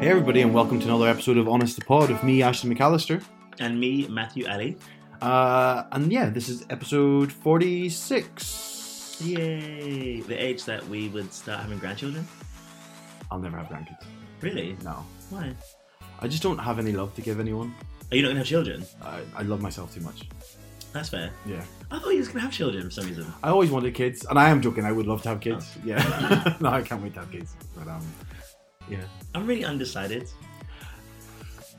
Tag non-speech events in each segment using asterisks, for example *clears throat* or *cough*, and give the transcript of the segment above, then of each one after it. Hey everybody, and welcome to another episode of Honest the Pod with me, Ashton McAllister. And me, Matthew Alley. Uh, and yeah, this is episode forty-six. Yay! The age that we would start having grandchildren? I'll never have grandkids. Really? No, Why? I just don't have any love to give anyone. Are you not gonna have children? I, I love myself too much. That's fair. Yeah, I thought you was gonna have children for some reason. I always wanted kids, and I am joking. I would love to have kids. Yeah, *laughs* no, I can't wait to have kids. But um, yeah. I'm really undecided.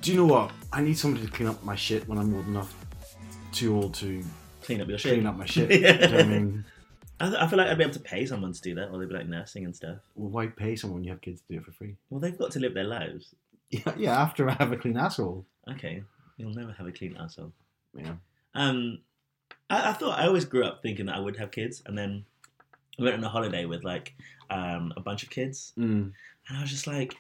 Do you know what? I need somebody to clean up my shit when I'm old enough, too old to Clean up your shit. clean up my shit. Do you know what I mean, I, th- I feel like I'd be able to pay someone to do that, or they'd be like nursing and stuff. well, why pay someone you have kids to do it for free? *laughs* Well, they've got to live their lives. Yeah, yeah. After I have a clean asshole. Okay, you'll never have a clean asshole. Yeah. Um, I, I thought I always grew up thinking that I would have kids, and then I went on a holiday with like um, a bunch of kids, Mm. and I was just like,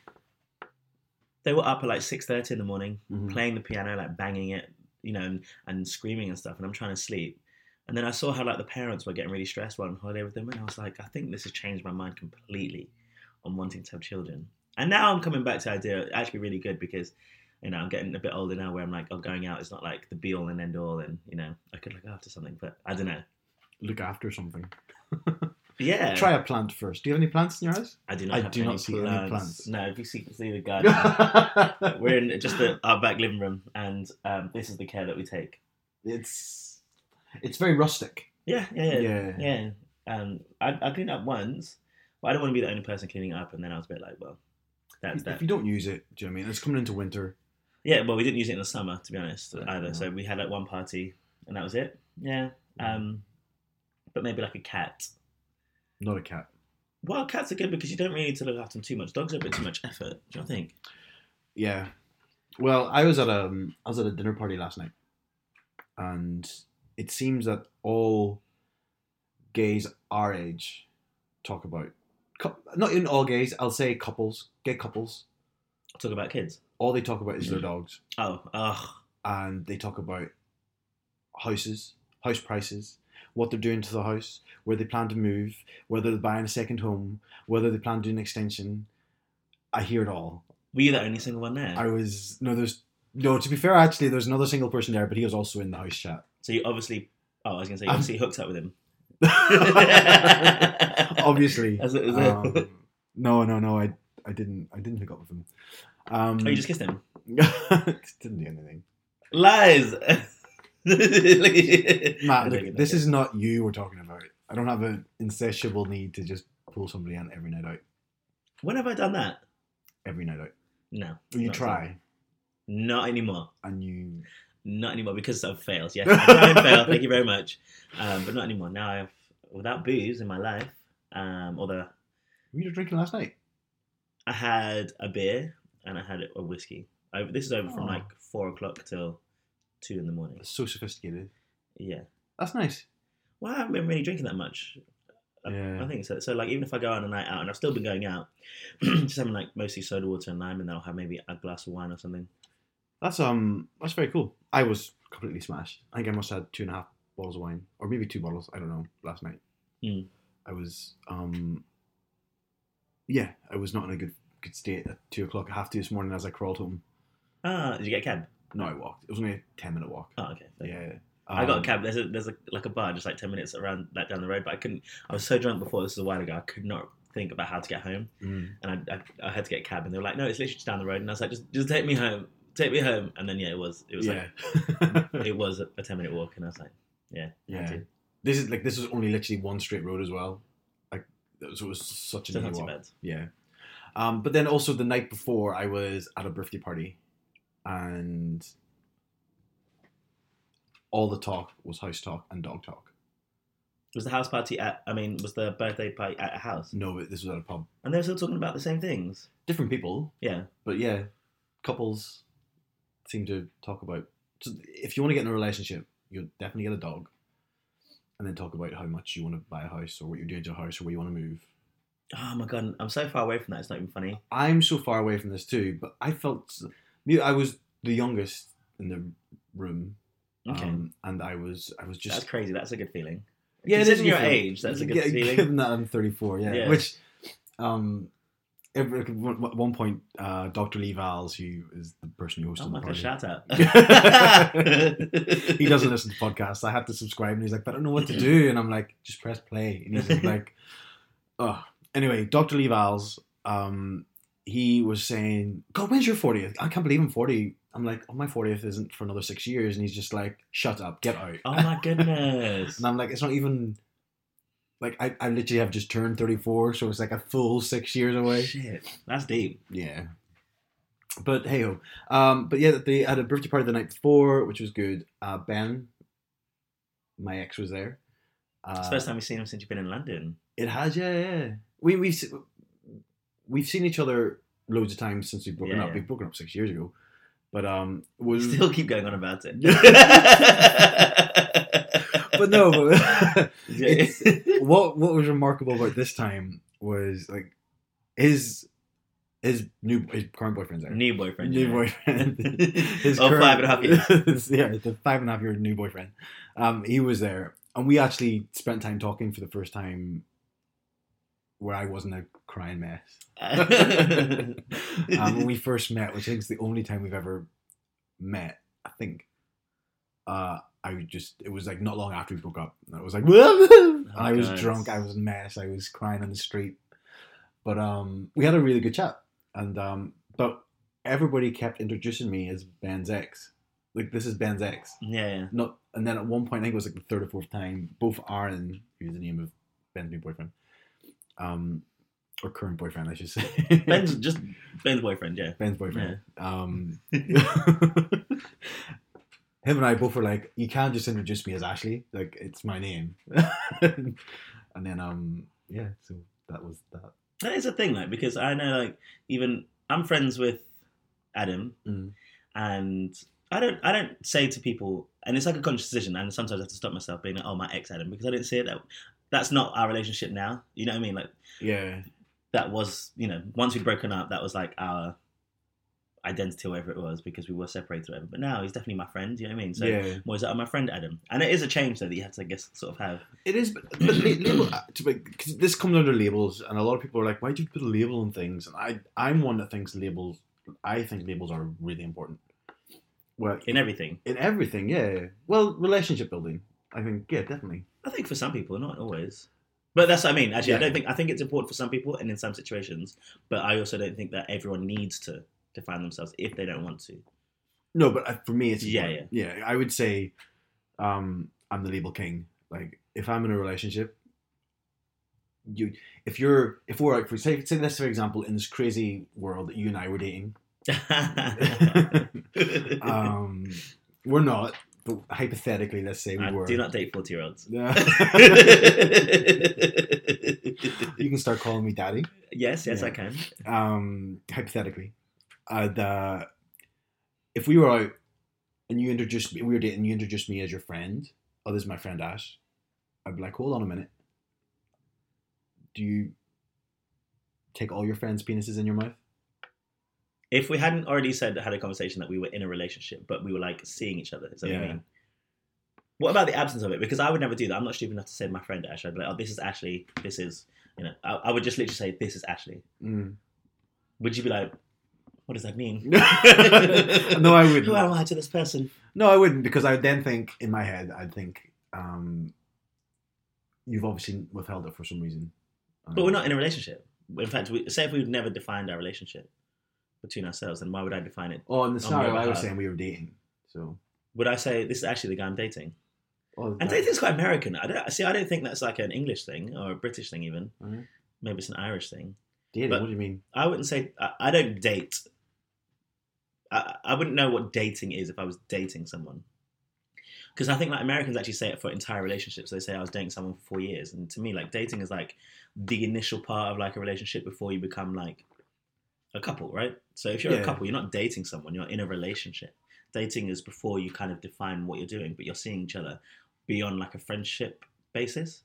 they were up at like six thirty in the morning, Mhm. playing the piano, like banging it, you know, and, and screaming and stuff, and I'm trying to sleep. And then I saw how like the parents were getting really stressed while on holiday with them, and I was like, I think this has changed my mind completely on wanting to have children. And now I'm coming back to the idea actually really good because you know I'm getting a bit older now where I'm like, oh, going out is not like the be all and end all, and you know I could look after something, but I don't know. Look after something. Yeah, Try a plant first. Do you have any plants in your house? I do not. I have do any not see any plants. No, if you see, *laughs* see the garden. We're in just the, our back living room, and um, this is the care that we take. it's it's very rustic. Yeah, yeah, yeah. Yeah. Yeah. Um, I, I cleaned up once, but I don't want to be the only person cleaning up. And then I was a bit like, well, that's If that. you don't use it, do you know what I mean? It's coming into winter. Yeah, well, we didn't use it in the summer, to be honest, Yeah, either. no. So we had like one party, and that was it. Yeah. Um, but maybe like a cat. Not a cat. Well, cats are good because you don't really need to look after them too much. Dogs are a bit too much effort. Do you not think? Yeah. Well, I was at a um, I was at a dinner party last night, and it seems that all gays our age talk about cou- not in all gays. I'll say couples, gay couples. Talk about kids. All they talk about is their dogs, Oh, ugh. and they talk about houses, house prices, what they're doing to the house, where they plan to move, whether they're buying a second home, whether they plan to do an extension. I hear it all. Were you the only single one there? I was no, there's no. To be fair, actually, there's another single person there, but he was also in the house *laughs* chat. So you obviously. Oh, I was gonna say you I'm- obviously hooked up with him. Obviously, Is it- is it? Um, no, no, no. I, I didn't, I didn't hook up with him. Um, oh, you just kissed him. *laughs* didn't do anything. *laughs* Lies. Matt, look, this is not you we're talking about. I don't have an insatiable need to just pull somebody in every night out. When have I done that? Every night out. No. You Not try Not anymore. and you. Not anymore because I've failed. Yes, I *laughs* try and fail. Thank you very much. Um, but not anymore. Now I've without booze in my life. Um, although Were you drinking last night? I had a beer and I had a whiskey. I, this is over from Oh. like four o'clock till two in the morning. So sophisticated. Yeah. That's nice. Well, I haven't been really drinking that much. I- Yeah. I think so. So like even if I go on a night out and I've still been going out, *clears throat* just having like mostly soda water and lime, and then I'll have maybe a glass of wine or something. That's um that's very cool. I was completely smashed. I think I must have had two and a half bottles of wine. Or maybe two bottles, I don't know, last night. Mm. I was um Yeah, I was not in a good good state at two o'clock, half two this morning as I crawled home. Ah, did you get a cab? No, I walked. It was only a ten minute walk. Oh, okay. Yeah. I got a Um, cab. There's a there's a like a bar just like ten minutes around like down the road, but I couldn't. I was so drunk before. This is a while ago. I could not think about how to get home, mm. and I, I, I had to get a cab, and they were like, "No, it's literally just down the road." And I was like, "Just just take me home, take me home." And then yeah, it was it was yeah. *laughs* *laughs* like it was a, a ten minute walk, and I was like, "Yeah, Yeah. that's it. this is like this was only literally one straight road as well. Like that was- it was such a still new not too walk. bad." Yeah. Um, but then also the night before, I was at a birthday party, and all the talk was house talk and dog talk. Was the house party at? I mean, was the birthday party at a house? No, but this was at a pub. And they were still talking about the same things. Different people, Yeah. but yeah, couples seem to talk about. So if you want to get in a relationship, you'll definitely get a dog, and then talk about how much you want to buy a house or what you're doing to a house or where you want to move. Oh my god, I'm so far away from that. It's not even funny. I'm so far away from this too, but I felt me- I was the youngest in the room, Okay. um, and I was I was that's just crazy. That's a good feeling. Yeah, it is Considering a your good feeling. Oh age, that's a good Yeah, feeling. Given that I'm 34, yeah, Yeah. which um, every, at one point, uh, Dr. Lee Vals, who is the person who hosted Oh the my god, party, shout out. he doesn't listen to podcasts. I had to subscribe, and he's like, "But I don't know what to do." And I'm like, "Just press play." And he's just like, "Oh." Anyway, Doctor Lee Vals, um, he was saying, "God, when's your 40th? I can't believe I'm 40." I'm like, "Oh, my 40th isn't for another six years." And he's just like, "Shut up, get out." *laughs* Oh my goodness. *laughs* And I'm like, "It's not even." Like I, I literally have just turned 34, so it's like a full six years away. Shit, that's deep. Yeah. But hey ho. Um, but yeah, they had a birthday party the night before, which was good. Uh, ben, my ex, was there. Uh, It's the first time we've seen him since you've been in London. It has, yeah, yeah. We we s- we've seen each other loads of times since we've broken Yeah, up. yeah. We've broken up six years ago, but um, was *laughs* Still keep going on about it. *laughs* *laughs* but no. But *laughs* It's- what what was remarkable about this time was like his his new his current boyfriend's there. *laughs* New boyfriend. new yeah. *laughs* boyfriend. *laughs* His Oh, current- five and a half years. *laughs* yeah, the five and a half year new boyfriend. Um, he was there, and we actually spent time talking for the first time, where I wasn't a crying mess. Um, when we first met, which I think is the only time we've ever met, I think. Uh, I was just it was like not long after we broke up. And I was like, *laughs* and I was God. drunk, I was a mess, I was crying on the street. But um, we had a really good chat, and um, but everybody kept introducing me as Ben's ex. Like this is Ben's ex. yeah, yeah. Not, and then at one point, I think it was like the third or fourth time, both Aaron, who's the name of Ben's new boyfriend, um, or current boyfriend, I should say, Ben's just Ben's boyfriend. Yeah. Ben's boyfriend. *laughs* Um, him and I both were like, "You can't just introduce me as Ashley. Like, it's my name." *laughs* and then, um, yeah, so that was that. That is a thing, like because I know, like even I'm friends with Adam, Mm. and I don't, I don't say to people, and it's like a conscious decision, and sometimes I have to stop myself being like, oh, my ex Adam, because I didn't see it that. That's not our relationship now. You know what I mean? Like Yeah, that was, you know, once we'd broken up, that was like our identity, or whatever it was, because we were separated, or whatever. But now he's definitely my friend. You know what I mean? So yeah. was that Oh, my friend Adam? And it is a change though that you have to, I guess, sort of have. It is, but, but la- label uh, to be- 'cause this comes under labels, and a lot of people are like, "Why do you put a label on things?" And I, I'm one that thinks labels. I think labels are really important. Well, in everything. in everything, yeah. Well, relationship building, I think, yeah, definitely. I think for some people, not always. But that's what I mean. Actually, I Yeah. don't think I think it's important for some people and in some situations. But I also don't think that everyone needs to define themselves if they don't want to. *laughs* No, but I- for me, it's Yeah, important. yeah. I would say, um, I'm the label king. Like, if I'm in a relationship, you, if you're, if we're like, for say, say this for example, in this crazy world that you and I were *laughs* dating, *laughs* um, we're not, but hypothetically, let's say we I were. *laughs* do not date forty year olds. you can start calling me daddy. *laughs* yes, yes, Yeah. I can. um, hypothetically, uh, the if we were out and you introduced me, we were dating, you introduced me as your friend. Oh, this is my friend Ash. I'd be like, hold on a minute. Do you take all your friends' penises in your mouth? If we hadn't already said had a conversation that we were in a relationship, but we were like seeing each other, is that what Yeah. I mean? What about the absence of it? Because I would never do that. I'm not stupid enough to say my friend Ash. I'd be like, oh, this is Ashley. This is, you know, I, I would just literally say, this is Ashley. Mm. *laughs* Would you be like, what does that mean? no, I Who am wouldn't. I to this person? No, I wouldn't because I would then think in my head, I'd think um, you've obviously withheld it for some reason. But we're not in a relationship. In fact, we, say if we've never defined our relationship between ourselves, then why would I define it? Oh, in the Oh, scenario, yeah, I was uh, saying we were dating. So. Would I say this is actually the guy I'm dating? Oh, And that- dating's quite American. I don't see. I don't think that's like an English thing or a British thing, even. Mhm. Maybe it's an Irish thing. dating. but- what do you mean? I wouldn't say I, I don't date. I, I wouldn't know what dating is if I was dating someone, because I think like Americans actually say it for entire relationships. They say I was dating someone for four years, and to me, like dating is like the initial part of like a relationship before you become like a couple, right? So if you're Yeah. a couple, you're not dating someone; you're in a relationship. Dating is before you kind of define what you're doing, but you're seeing each other beyond like a friendship basis.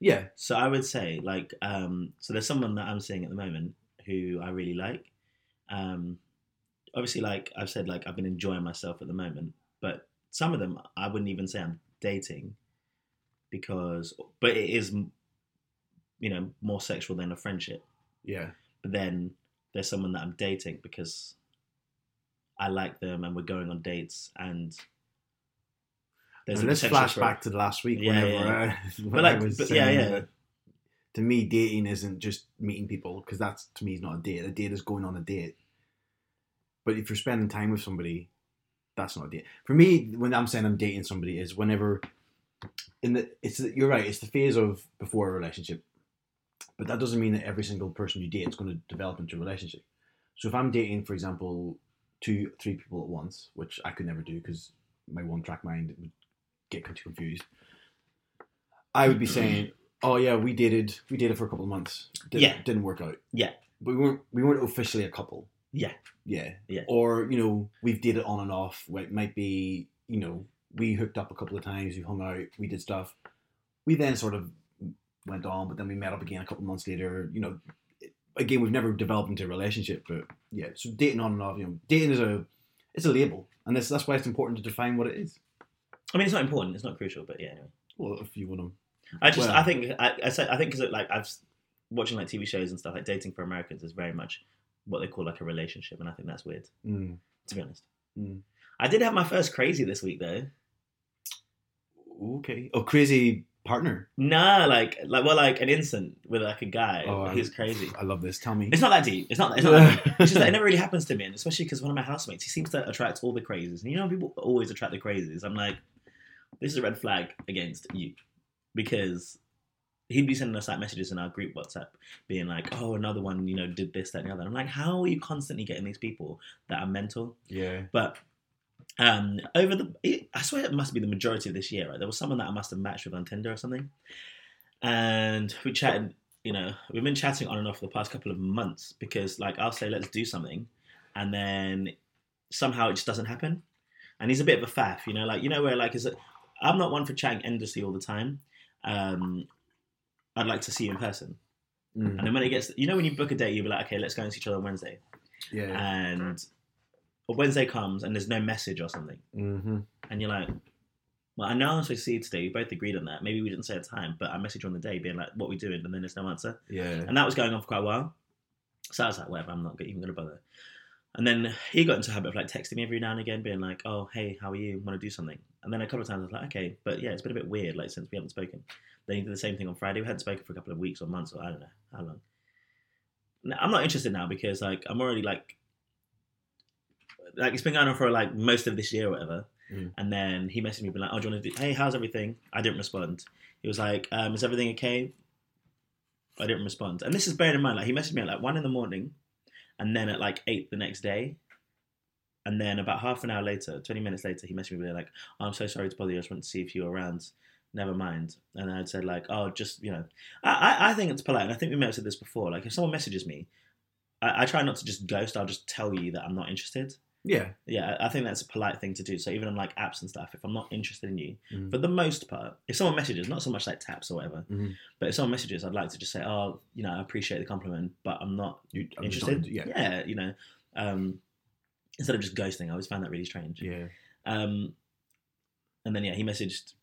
Yeah, So I would say like um so there's someone that I'm seeing at the moment who I really like. Um obviously like I've said like I've been enjoying myself at the moment, but some of them I wouldn't even say I'm dating because but it is you know more sexual than a friendship. yeah. But then there's someone that I'm dating because I like them and we're going on dates and And let's potential flash for- back to last week. Yeah, whenever yeah. *laughs* I, when But I like, was but yeah, saying yeah. that to me, dating isn't just meeting people because that's to me is not a date. A date is going on a date. But if you're spending time with somebody, that's not a date. For me, when I'm saying I'm dating somebody, is whenever in the it's you're right. It's the phase of before a relationship, but that doesn't mean that every single person you date is going to develop into a relationship. So if I'm dating, for example, two, three people at once, which I could never do because my one track mind would get too confused. I would be saying, "Oh yeah, we dated, we dated for a couple of months. Did, Yeah. didn't work out. Yeah. but we weren't, we weren't officially a couple. Yeah. yeah, Yeah. Or you know, we've dated on and off. where It might be, you know, we hooked up a couple of times, we hung out, we did stuff. We then sort of went on, but then we met up again a couple of months later. You know, again, we've never developed into a relationship, but yeah. So dating on and off, you know, dating is a, it's a label, and that's that's why it's important to define what it is. I mean, it's not important. It's not crucial, but yeah. Anyway. Well, if you want to I just, Well- I think, I, I, say, I think because like I've s- watching like TV shows and stuff, like dating for Americans is very much what they call like a relationship, and I think that's weird Mm. to be honest. Mm. I did have my first crazy this week though. Okay. Oh, crazy partner. Nah, like, like, well, like an instant with like a guy Oh, who's crazy. I love this. Tell me. It's not that deep. It's *laughs* not. It's not. That deep. It's just that it never really happens to me, and especially because one of my housemates, he seems to attract all the crazies. And you know, how people always attract the crazies. I'm like, this is a red flag against you, because he'd be sending us like messages in our group WhatsApp, being like, oh, another one, you know, did this, that, and the other. I'm like, how are you constantly getting these people that are mental? yeah. But um, over the, I swear it must be the majority of this year, right? There was someone that I must have matched with on Tinder or something, and we chatted. You know, we've been chatting on and off for the past couple of months because, like, I'll say, let's do something, and then somehow it just doesn't happen. And he's a bit of a faff, you know, like you know where like is it? I'm not one for chatting endlessly all the time. Um, I'd like to see you in person, Mm. and then when it gets, you know, when you book a date, you'll be like, okay, let's go and see each other on Wednesday, Yeah. and but Wednesday comes and there's no message or something, mm-hmm. and you're like, well, I know I'm supposed to see you today. We both agreed on that. Maybe we didn't say a time, but I messaged you on the day being like, what we doing? And then there's no answer. Yeah. And that was going on for quite a while. So I was like, whatever, I'm not even going to bother. And then he got into a habit of like texting me every now and again, being like, oh, hey, how are you? Want to do something? And then a couple of times I was like, okay, but yeah, it's been a bit weird, like since we haven't spoken. Then he did the same thing on Friday. We hadn't spoken for a couple of weeks or months or I don't know how long. No, I'm not interested now because like I'm already like, like it's been going on for like most of this year or whatever. Mm. And then he messaged me, being like, oh, do you want to do, hey, how's everything? I didn't respond. He was like, um, is everything okay? I didn't respond. And this is bearing in mind, like he messaged me at like one in the morning, and then at like eight the next day, and then about half an hour later, twenty minutes later, he messaged me like, oh, "I'm so sorry to bother you. I just wanted to see if you were around. Never mind." And I'd said like, "Oh, just you know, I I, I think it's polite, and I think we may have said this before. Like if someone messages me, I, I try not to just ghost. I'll just tell you that I'm not interested." Yeah. Yeah, I I think that's a polite thing to do. So even on like apps and stuff, if I'm not interested in you, Mm. for the most part, if someone messages, not so much like taps or whatever, Mhm. but if someone messages, I'd like to just say, oh, you know, I appreciate the compliment, but I'm not You, I'm just not interested. into- yeah. you know, um, instead of just ghosting, I always found that really strange. Yeah. Um, and then yeah, he messaged,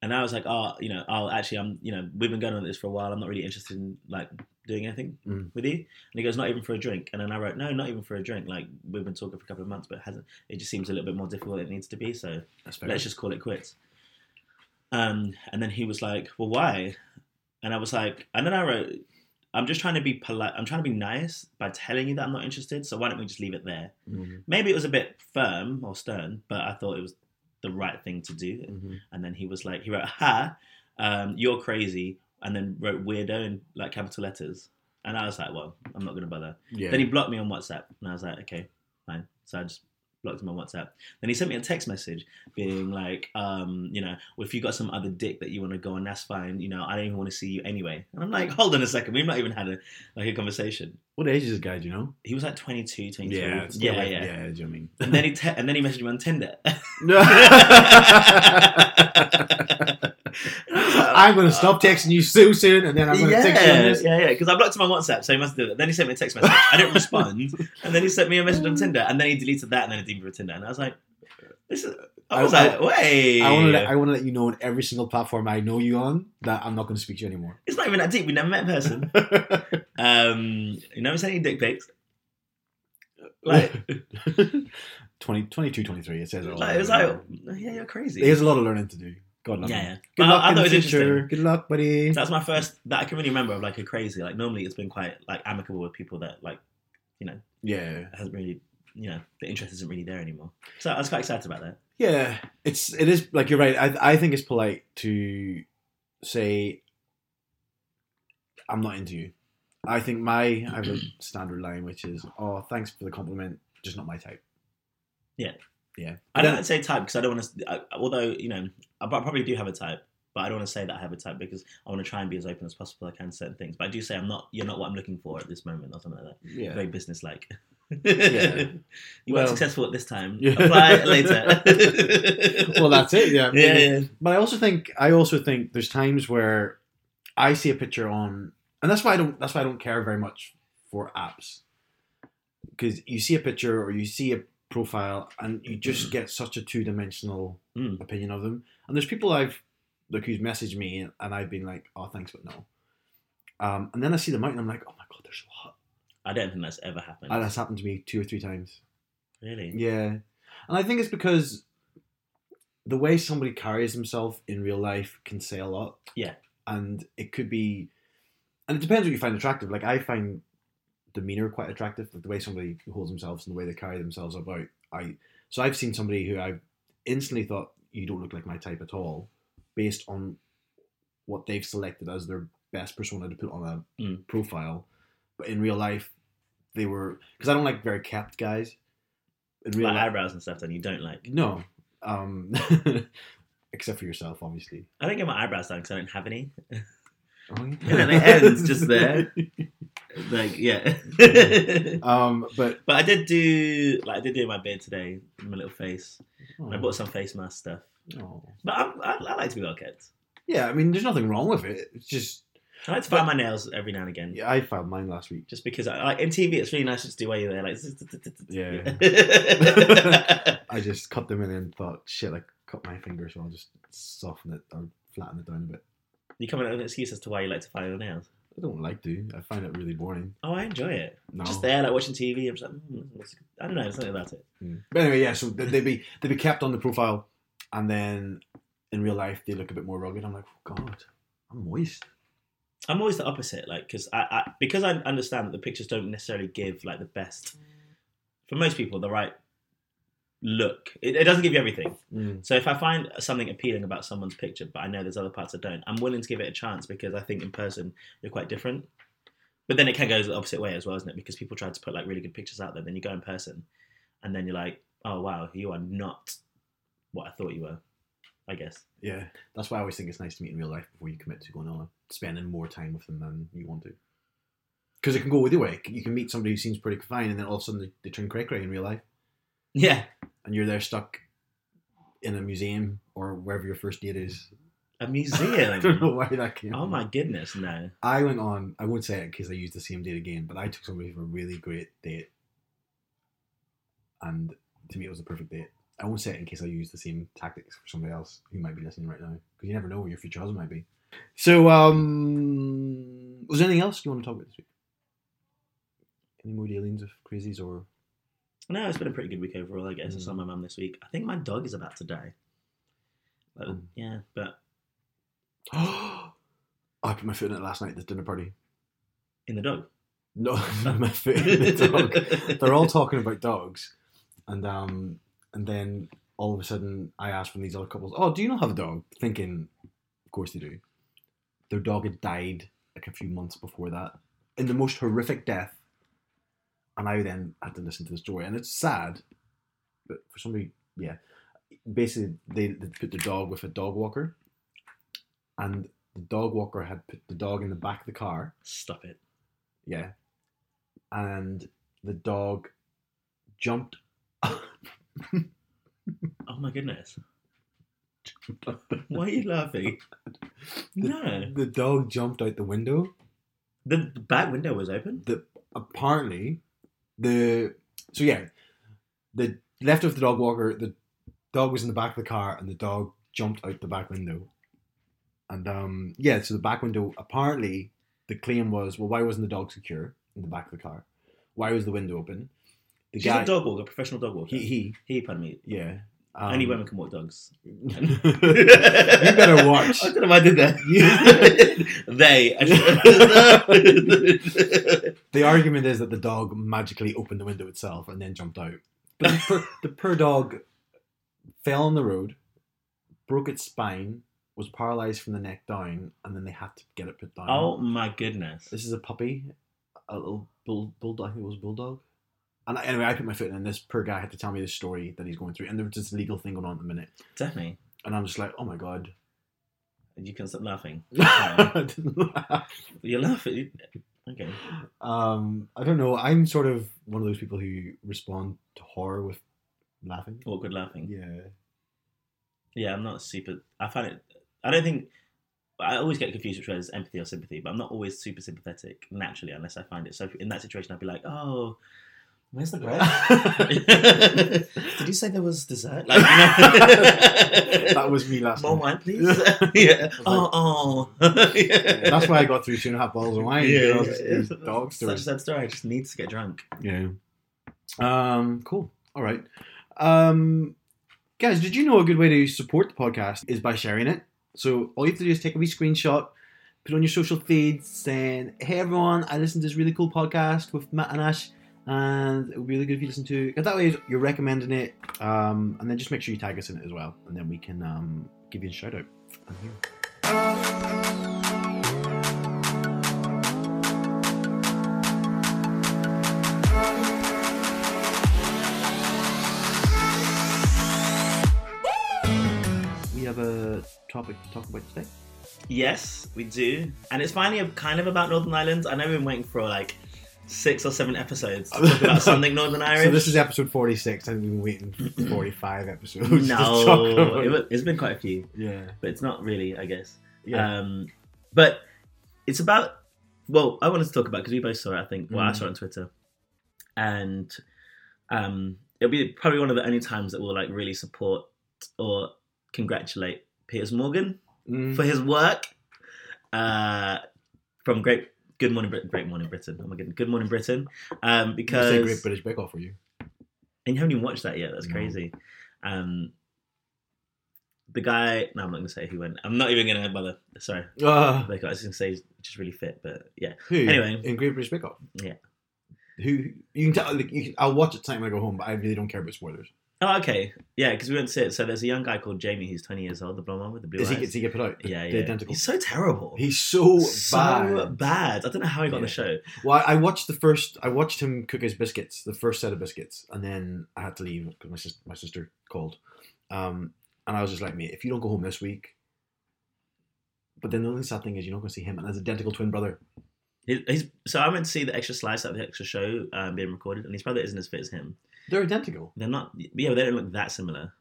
and I was like, oh, you know, oh, actually, I'm, you know, we've been going on this for a while. I'm not really interested in like doing anything Mm. with you. And he goes, not even for a drink. And then I wrote, no, not even for a drink. Like we've been talking for a couple of months, but it hasn't. It just seems a little bit more difficult than it needs to be. So That's fair. let's just call it quits. Um, and then he was like, well, why? And I was like, and then I wrote, I'm just trying to be polite. I'm trying to be nice by telling you that I'm not interested. So why don't we just leave it there? Mhm. Maybe it was a bit firm or stern, but I thought it was the right thing to do. Mhm. And then he was like, he wrote, ha, um, you're crazy. And then wrote weirdo in like capital letters. And I was like, well, I'm not going to bother. Yeah. Then he blocked me on WhatsApp, and I was like, okay, fine. So I just blocked him on WhatsApp. Then he sent me a text message being like, um, you know, well, if you got some other dick that you want to go on, that's fine. You know, I don't even want to see you anyway. And I'm like, hold on a second, we've not even had a like a conversation. what age is this guy? Do you know? He was like 22, 23. Yeah. Yeah, it's yeah, still like- Yeah. yeah. Do you know what I *laughs* mean? And then he te- and then he messaged me *laughs* on Tinder. *laughs* No. I'm gonna stop texting you so soon, and then I'm gonna text you on yeah, this. yeah, yeah. Because I blocked him on WhatsApp, so he must do that. Then he sent me a text message. I *laughs* didn't respond, and then he sent me a message on Tinder, and then he deleted that, and then he deleted Tinder, and I was like, "This is I was I- like, wait. I want to let I want to let you know on every single platform I know you on that I'm not going to speak to you anymore. it's not even that deep. We never met in person. um, you never sent any dick pics. *laughs* *laughs* Like, 20, 22, 23, It says it all. like it was like, yeah, you're crazy. there's a lot of learning to do. God love yeah, you. yeah. Good But luck I, I in thought the it was future. interesting. Good luck, buddy. That's my first that I can really remember of like a crazy. Like normally it's been quite like amicable with people that like Yeah, hasn't really you know the interest isn't really there anymore. So I was quite excited about that. yeah. It's it is like you're right. I I think it's polite to say I'm not into you. I think my I have *clears throat* a standard line which is, "Oh, thanks for the compliment, just not my type." Yeah. yeah. I don't say type because I don't want to. Although you know, I pro- probably do have a type, but I don't want to say that I have a type because I want to try and be as open as possible. I can certain things, but I do say I'm not. You're not what I'm looking for at this moment, or something like that. Yeah. Very business like. Yeah. *laughs* You Well- weren't successful at this time. Yeah. Apply later. *laughs* Well, that's it. Yeah. *laughs* *laughs* yeah, yeah. But I also think I also think there's times where I see a picture on, and that's why I don't. That's why I don't care very much for apps, because you see a picture or you see a profile, and you just get such a two dimensional Mm. opinion of them. And there's people I've like who's messaged me, and I've been like, "Oh, thanks, but no." Um, and then I see them out, and I'm like, "Oh my god, they're so hot." I don't think that's ever happened. And that's happened to me two or three times. really? Yeah. And I think it's because the way somebody carries themselves in real life can say a lot. Yeah. And it could be, and it depends what you find attractive. Like, I find demeanor quite attractive, like the way somebody holds themselves and the way they carry themselves about. I So I've seen somebody who I instantly thought, you don't look like my type at all, based on what they've selected as their best persona to put on a Mm. profile. But in real life, they were, because I don't like very kept guys. In Like real life, eyebrows and stuff that you don't like. no. Um, *laughs* except for yourself, *laughs* obviously. I don't get my eyebrows done because I don't have any. And then it ends just there. Like, yeah. *laughs* Um, but *laughs* but I did do, like, I did do my beard today, my little face. And I bought some face mask stuff. Oh. But I'm, I, I like to be well kept. Yeah, I mean, there's nothing wrong with it. It's just I like to file my nails every now and again. yeah, I found mine last week. Just because, I, like, in TV, it's really nice just to do where you're there. Like, *laughs* Yeah. yeah. I just cut them in and thought, shit, I cut my finger, so I'll just soften it or flatten it down a bit. you come up with an excuse as to why you like to file your nails. I don't like to. I find it really boring. Oh, I enjoy it. No. Just there, like watching TV. I'm just like, mm, what's- I don't know, there's something about it. Mm. But anyway, yeah. So they- they'd be they'd be kept on the profile, and then in real life they look a bit more rugged. I'm like, oh, God, I'm moist. I'm always the opposite, like because I, I because I understand that the pictures don't necessarily give like the best for most people the right look. It, it doesn't give you everything. So if I find something appealing about someone's picture, but I know there's other parts I don't, I'm willing to give it a chance because I think in person you're quite different. But then it can go the opposite way as well, isn't it? Because people try to put like really good pictures out there, then you go in person, and then you're like, oh wow, you are not what I thought you were. I guess. Yeah, that's why I always think it's nice to meet in real life before you commit to going on spending more time with them than you want to. Because it can go either way. You can meet somebody who seems pretty fine, and then all of a sudden they, they turn cray cray in real life, Yeah, and you're there stuck in a museum or wherever your first date is. *laughs* a I don't know museum. why that came. oh from. my goodness, no. I went on. I won't say it because I used the same date again, but I took somebody for a really great date, and to me it was the perfect date. I won't say it in case I use the same tactics for somebody else who might be listening right now, because you never know where your future husband might be. So, um, was there anything else you want to talk about this week? Any more dealings of crazies or? *gasps* No, it's been a pretty good week overall, I guess. I saw Mm. my mum this week. I think my dog is about to die. But, Mm. Yeah, but Oh, I put my foot in it last night at the dinner party. in the dog. No, not my foot *laughs* in the dog. they're *laughs* all talking about dogs, and um, and then all of a sudden, I asked from these other couples, "Oh, do you not have a dog?" Thinking, of course they do. Their dog had died like a few months before that in the most horrific death, and I then had to listen to the story, and it's sad, but for somebody, yeah, basically they, they put the dog with a dog walker, and the dog walker had put the dog in the back of the car. Stop it. Yeah. And the dog jumped Oh *laughs* my goodness. up Why are *laughs* you laughing? Oh No. the dog jumped out the window. The, the back window was open? The apparently the so yeah, the left of the dog walker, the dog was in the back of the car and the dog jumped out the back window. And um, yeah, so the back window, apparently, the claim was, well, why wasn't the dog secure in the back of the car? Why was the window open? The She's a dog walker, a professional dog walker. he, he, He, pardon me. yeah. Only um, women can walk dogs. *laughs* you better *laughs* watch. I don't know why I did that. *laughs* they. *laughs* The argument is that the dog magically opened the window itself and then jumped out. But the poor, the poor dog fell on the road, broke its spine, was paralyzed from the neck down, and then they had to get it put down. *laughs* oh my goodness. This is a puppy, a little bull, bulldog. I think it was a bulldog. And I, anyway, I put my foot in, and this poor guy had to tell me the story that he's going through, and there was this legal thing going on at the minute, Definitely. and I'm just like, oh my god. *laughs* You can stop laughing. um, You're laughing. Okay. I don't know. I'm sort of one of those people who respond to horror with laughing. Awkward laughing. Yeah. Yeah, I'm not super. I find it. I don't think. I always get confused which whether it's empathy or sympathy, but I'm not always super sympathetic naturally unless I find it. So if- in that situation, I'd be like, oh, where's the bread? *laughs* *laughs* Did you say there was dessert? Like, you know. *laughs* that was me last More night. wine, please. *laughs* yeah. Oh, oh. Yeah, that's why I got through two and a half bottles of wine. Yeah, because yeah, yeah. these dog Such a stories. sad story. I just need to get drunk. Yeah. Um. Cool. All right. Um. Guys, did you know a good way to support the podcast is by sharing it? So all you have to do is take a wee screenshot, put it on your social feeds, saying, "Hey everyone, I listened to this really cool podcast with Matt and Ash, and it would be really good if you listen to." Because that way you're recommending it, um, and then just make sure you tag us in it as well, and then we can um, give you a shout out. on here. We have a topic to talk about today. Yes, we do. And it's finally a, kind of about Northern Ireland. I know we've been waiting for like six or seven episodes to talk *laughs* about something Northern Irish. So this is episode 46. I think we've been *clears throat* waiting 45 episodes. to talk no, about it, it. wa- it's been quite a few, Yeah. but it's not really, I guess. Yeah. Um, but it's about. Well, I wanted to talk about because we both saw it. I think. Well, I Mm. saw it on Twitter, and um, it'll be probably one of the only times that we'll like really support or congratulate Piers Morgan Mm. for his work uh, from Great Good Morning Britain. Great Morning Britain. Oh my goodness, Good Morning Britain. Um, It's a great because British Bake Off for you. and you haven't even watched that yet. That's No. crazy. Um, the guy. No, I'm not gonna say who went. I'm not even gonna bother. Sorry. Uh, Like I was gonna say, he's just really fit, but yeah. who? Anyway. In Great British Bake Off. Yeah. Who you can tell? Like, you can, I'll watch it tonight when I go home, but I really don't care about spoilers. Oh, okay. Yeah, because we went to see it. So there's a young guy called Jamie who's 20 years old, the blonde one with the blue Is he, eyes. is he get put out? The- yeah, the yeah. identical. He's so terrible. He's so, so bad. bad. I don't know how he got on the Yeah. show. Well, I watched the first. I watched him cook his biscuits, the first set of biscuits, and then I had to leave because my sister, my sister called, um, and I was just like, "Mate, if you don't go home this week," but then the only sad thing is you're not going to see him and his identical twin brother. He- He's, so I went to see the extra slice at the extra show um, being recorded, and his brother isn't as fit as him. They're identical, They're not. Yeah, they don't look that similar.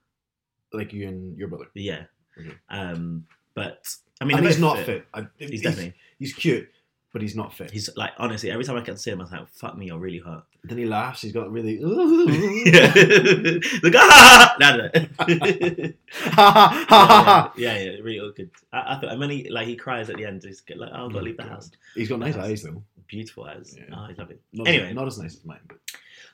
like you and your brother. But yeah. Okay. Um, but Mm-hmm. I I mean, mean, they're he's both not fit. I- He's, definitely. he's cute, but he's not fit. He's like honestly, every time I can see him, I was like, "Fuck me, you're *laughs* really hot." then he laughs. He's got really. Yeah. *laughs* Look, ah, *laughs* no, no. no. yeah, yeah, yeah, really all good. I, I thought, and when he like he cries at the end, he's like, "Oh, I've got to leave the Mm, God. house." *laughs* He's got nice eyes though. Beautiful eyes. Yeah. Oh, he's lovely. Not Anyway. as, not as nice as mine, but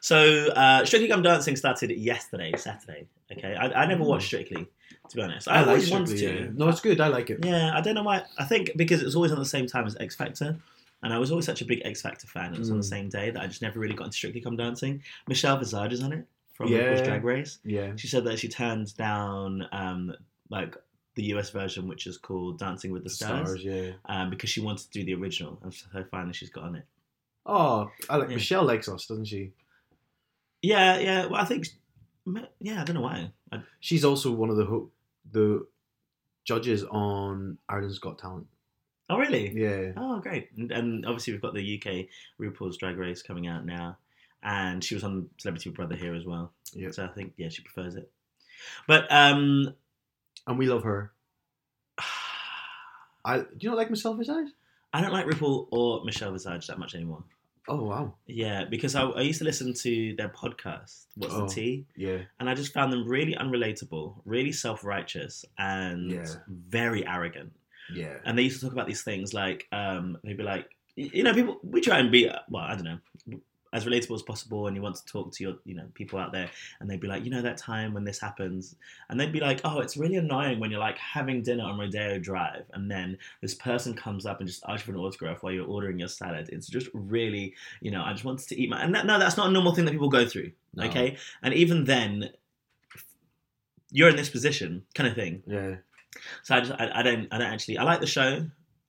So, uh, Strictly Come Dancing started yesterday, Saturday. Okay, I, I never watched Strictly, to be honest. I, always wanted Strictly, yeah. to. No, it's good. I like it. Yeah, I don't know why. I think because it was always on the same time as X Factor, and I was always such a big X Factor fan. It was on the Mm. same day that I just never really got into Strictly Come Dancing. Michelle Visage is on it from Yeah. RuPaul's Drag Race. Yeah. She said that she turned down um, like the US version, which is called Dancing with the Stars, yeah. um, because she wanted to do the original, and so finally she's got on it. Oh, I like Yeah. Michelle likes us, doesn't she? Yeah, yeah. Well, I think, yeah, I don't know why. I, She's also one of the ho- the judges on Ireland's Got Talent. oh, really? Yeah. Oh, great. And, and obviously we've got the UK RuPaul's Drag Race coming out now, and she was on Celebrity Big Brother here as well. Yeah. So I think yeah, she prefers it. But um, *sighs* And we love her. I do you not like Michelle Visage? I don't like RuPaul or Michelle Visage that much anymore. Oh wow. Yeah, because I, I used to listen to their podcast, What's Oh. the Tea? Yeah. And I just found them really unrelatable, really self righteous, and Yeah. very arrogant. Yeah. And they used to talk about these things like, um, they'd be like, y- you know, people, we try and be, well, I don't know, as relatable as possible. And you want to talk to your, you know, people out there. And they'd be like, you know, that time when this happens. And they'd be like, oh, it's really annoying when you're like having dinner on Rodeo Drive. And then this person comes up and just asks you for an autograph while you're ordering your salad. It's just really, you know, I just wanted to eat my, and that, no, that's not a normal thing that people go through. No. Okay. And even then, you're in this position kind of thing. Yeah. So I just I, I don't I don't actually I like the show.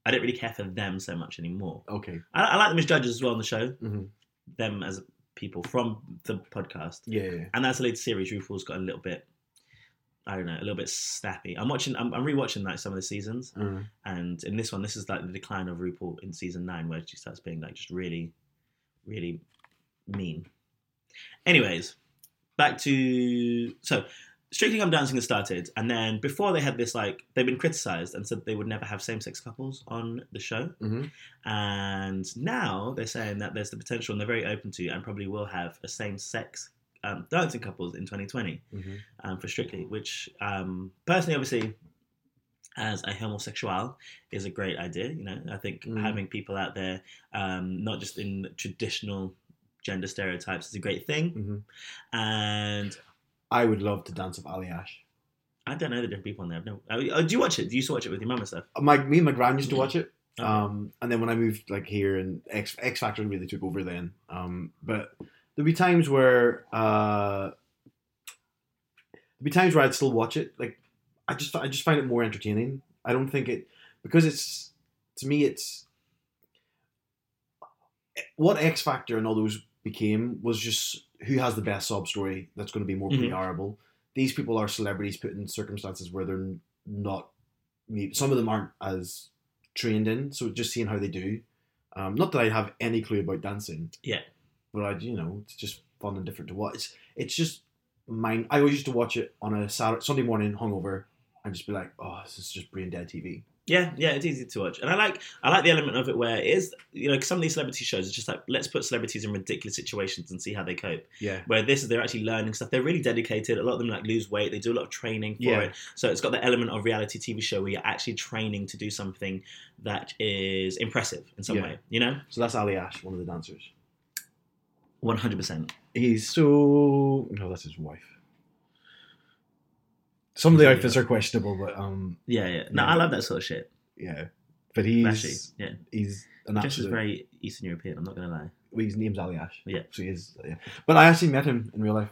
I don't really care for them so much anymore. Okay. I, I like them as judges as well on the show. Mhm. Them as people from the podcast, Yeah. yeah. and that's the latest series. RuPaul's got a little bit. I don't know, a little bit snappy. I'm watching. I'm, I'm rewatching like some of the seasons, Uh, and in this one, this is like the decline of RuPaul in season nine, where she starts being like just really, really mean. Anyways, back to so Strictly Come Dancing has started, and then before they had this like they've been criticised and said they would never have same-sex couples on the show, mhm. and now they're saying that there's the potential and they're very open to and probably will have a same-sex um, dancing couples in 2020 Mhm. um, for Strictly, which um, personally, obviously, as a homosexual, is a great idea. You know, I think Mm. having people out there, um, not just in traditional gender stereotypes, is a great thing. Mhm. And I would love to dance with Ali Ash. I don't know the different people on there. I've never, oh, do you watch it? Do you used to watch it with your mum and stuff? My me and my gran used to watch it. Okay. Um, and then when I moved like here and X X Factor really took over then. Um, but there'd be times where uh, there'd be times where I'd still watch it. Like I just I just find it more entertaining. I don't think it because it's to me it's what X Factor and all those became was just who has the best sob story that's going to be more Mhm. PRable. These people are celebrities put in circumstances where they're n- not. may- Some of them aren't as trained in, so just seeing how they do. Um, not that I have any clue about dancing. Yeah. But I, you know, it's just fun and different to watch. It's it's just mine. I always used to watch it on a Saturday, Sunday morning, hungover, and just be like, oh, this is just brain dead TV. Yeah, yeah, it's easy to watch, and I like I like the element of it where it is you know 'cause some of these celebrity shows it's just like let's put celebrities in ridiculous situations and see how they cope. Yeah. where this is they're actually learning stuff. They're really dedicated. A lot of them like lose weight. They do a lot of training for Yeah. it. So it's got the element of reality TV show where you're actually training to do something that is impressive in some Yeah. way. You know, So that's Ali Ash, one of the dancers. one hundred percent. He's so no, that's his wife. Some of the outfits are questionable, but um, Yeah, yeah. No, Yeah. I love that sort of shit. yeah. But he's Flashy. Yeah, he's an just is absolute. very Eastern European. I'm not gonna lie. well, His name's Ali Ash. Yeah. so he is. Yeah. But I actually met him in real life.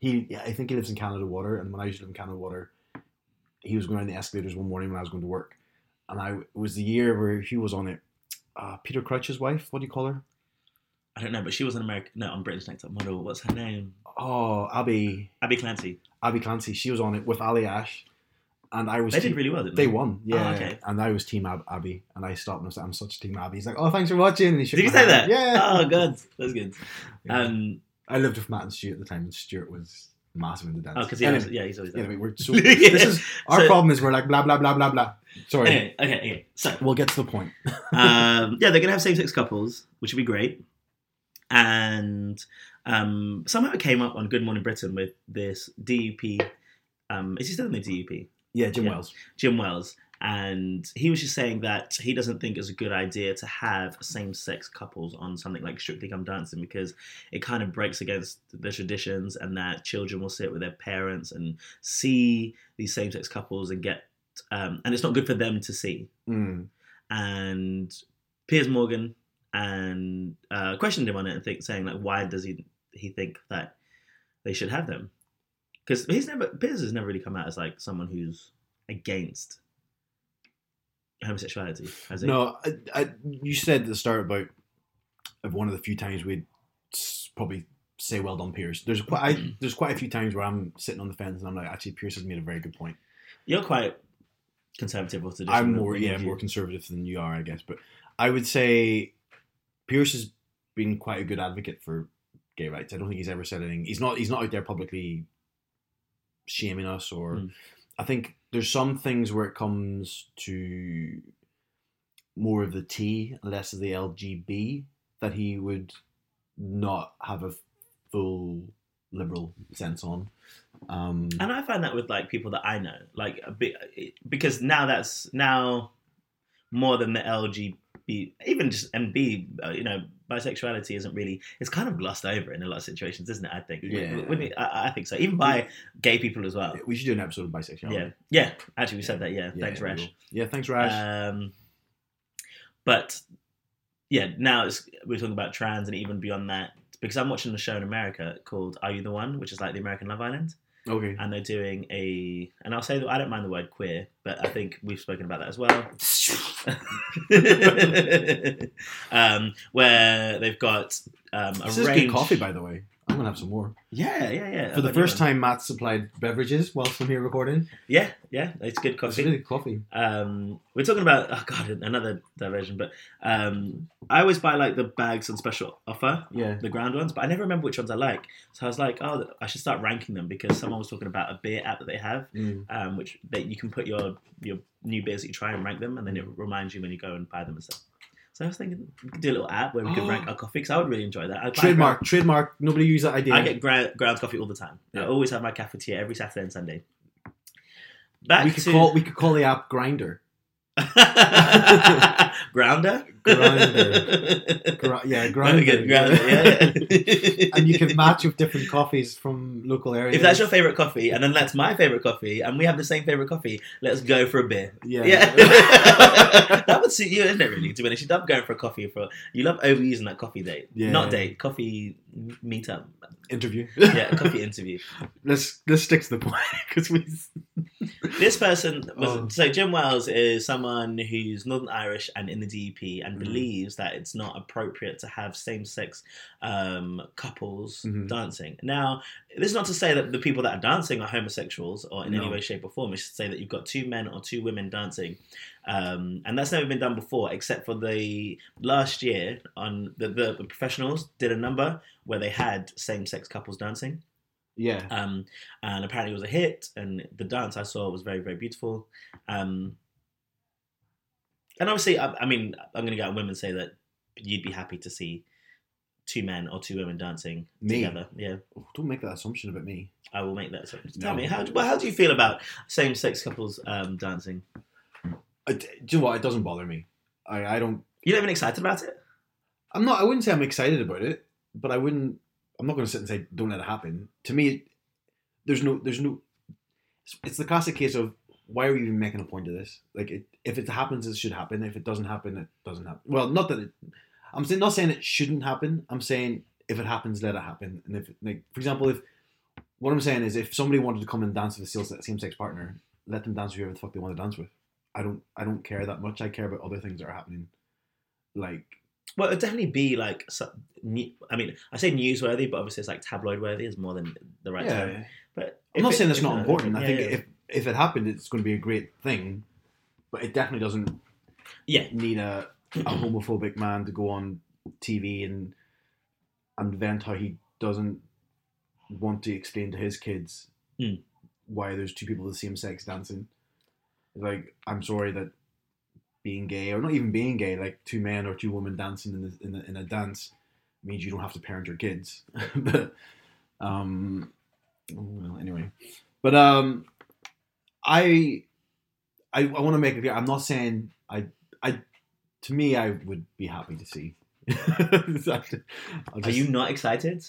He, yeah, I think he lives in Canada Water, and when I used to live in Canada Water, he was going on the escalators one morning when I was going to work, and I it was the year where he was on it. Uh, Peter Crouch's wife, what do you call her? I don't know, but she was an American. No, I'm Britain's Next Top Model. What's her name? Oh, Abby, Abby Clancy. Abby Clancy. She was on it with Ali Ash, and I was. They did te- really well, didn't they? They won, yeah. okay. And I was Team Ab- Abby, and I stopped and I was like, "I'm such Team Abby." He's like, "Oh, thanks for watching." And he shook Did you my say that? hand. Yeah. Oh god, that's good. *laughs* Yeah. Um, I lived with Matt and Stuart at the time, and Stuart was massive into dance. oh, because he anyway, always- yeah, he's always there. anyway, *laughs* we're so, Yeah. this is our So- problem is we're like blah blah blah blah blah. Sorry, Anyway, okay, okay. So we'll get to the point. um, yeah, they're gonna have same-sex couples, which would be great. And um, somehow it came up on Good Morning Britain with this DUP. Um, is he still in the DUP? Yeah, Jim Yeah. Wells. Jim Wells, and he was just saying that he doesn't think it's a good idea to have same-sex couples on something like Strictly Come Dancing because it kind of breaks against the traditions, and that children will sit with their parents and see these same-sex couples and get, um, and it's not good for them to see Mm. and Piers Morgan and uh, questioned him on it and think, saying like, why does he he think that they should have them? Because he's never Piers has never really come out as like someone who's against homosexuality. Has he? No, I, I, you said at the start about of one of the few times we'd s- probably say well done Pierce. There's quite I, there's quite a few times where I'm sitting on the fence and I'm like, actually, Pierce has made a very good point. you're quite conservative or traditional. I'm more in your yeah view. more conservative than you are, I guess. But I would say Pierce has been quite a good advocate for gay rights. I don't think he's ever said anything. He's not he's not out there publicly shaming us or. Mm. I think there's some things where it comes to more of the T, less of the LGB, that he would not have a full liberal sense on. Um, And I find that with like people that I know, like a bit, uh, because now that's now more than the LGB, even just MB, uh, you know, bisexuality isn't really. It's kind of glossed over in a lot of situations, isn't it? I think. Yeah. Wouldn't it- I, I think so. Even by gay people as well. we should do an episode of bisexuality. Yeah. Yeah. Actually, we said that. Yeah. Thanks, we Rash. will. Yeah, thanks, Rash. Um, but yeah, now it's we're talking about trans and even beyond that because I'm watching a show in America called Are You the One, which is like the American Love Island okay. and they're doing a and I'll say that I don't mind the word queer, but I think we've spoken about that *laughs* as well. um, where they've got um, a This is range. good coffee, by the way. I'm gonna have some more. Yeah, yeah, yeah. For the I've got a first new time, Matt supplied beverages whilst I'm here recording. one. Yeah, yeah, it's good It's coffee. really good coffee. um, we're talking about oh god, another diversion. But um, I always buy like the bags on special offer, Yeah. the ground ones, but I never remember which ones I like. So I was like, oh, I should start ranking them because someone was talking about a beer app that they have. Mm. um, which that you can put your your new beers that you try and rank them, and then it reminds you when you go and buy them and stuff. So I was thinking, we could do a little app where we could rank our coffee because I would really enjoy that. I buy Oh. Trademark, trademark. Nobody use that idea. Ground, I get ground, ground coffee all the time. I Yeah. always have my cafetiere every Saturday and Sunday. Back we could to call we could call the app Grinder. *laughs* grounder. *laughs* Grounder. *laughs* Gr- yeah, Grinder. Grounder. Grounder. Yeah. *laughs* *laughs* and you can match with different coffees from local areas. If that's your favorite coffee, and then that's my favorite coffee, and we have the same favorite coffee, let's go for a beer. yeah. Yeah, that would suit you, isn't it? Really, to be honest, you love going for a coffee for you love overusing that coffee date, Yeah. not date, coffee m- meetup, *laughs* *laughs* interview. yeah, coffee interview. let's let's stick to the point because we. This person was Oh. so Jim Wells is someone who's Northern Irish and in the DEP and Mhm. believes that it's not appropriate to have same-sex um, couples Mhm. dancing. Now, this is not to say that the people that are dancing are homosexuals or in any No. way, shape, or form. It's to say that you've got two men or two women dancing, um, and that's never been done before, except for the last year on the, the, the professionals did a number where they had same-sex couples dancing. Yeah. Um, and apparently it was a hit, and the dance I saw was very, very beautiful. Um, and obviously, I, I mean, I'm going to go out on women and say that you'd be happy to see two men or two women dancing Me? together. Yeah, Oh, don't make that assumption about me. I will make that assumption. Tell No. me, how, well, how do you feel about same sex couples um, dancing? I, Uh, do you know what? It doesn't bother me. I, I don't. You're not even excited about it? I'm not. I wouldn't say I'm excited about it, but I wouldn't. I'm not going to sit and say don't let it happen. To me, there's no. There's no. It's, it's the classic case of why are you even making a point of this? Like, it, if it happens, it should happen. If it doesn't happen, it doesn't happen. Well, not that it. I'm saying, not saying it shouldn't happen. I'm saying if it happens, let it happen. And if, like, for example, if what I'm saying is if somebody wanted to come and dance with a same sex partner, let them dance with whoever the fuck they want to dance with. I don't. I don't care that much. I care about other things that are happening, like Well, it'd definitely be like, so- new- I mean, I say newsworthy, but obviously it's like tabloid worthy is more than the right term. But I'm if not it- saying that's if not it- important. I yeah, think yeah. if if it happened, it's going to be a great thing, but it definitely doesn't Yeah. need a, a homophobic man to go on TV and and vent how he doesn't want to explain to his kids Mm. why there's two people of the same sex dancing. Like, I'm sorry that being gay or not even being gay, like two men or two women dancing in the, in, the, in a dance means you don't have to parent your kids. *laughs* but um, well, anyway, but um, I I, I want to make it clear. I'm not saying I I to me I would be happy to see. *laughs* I'll Are just- you not excited?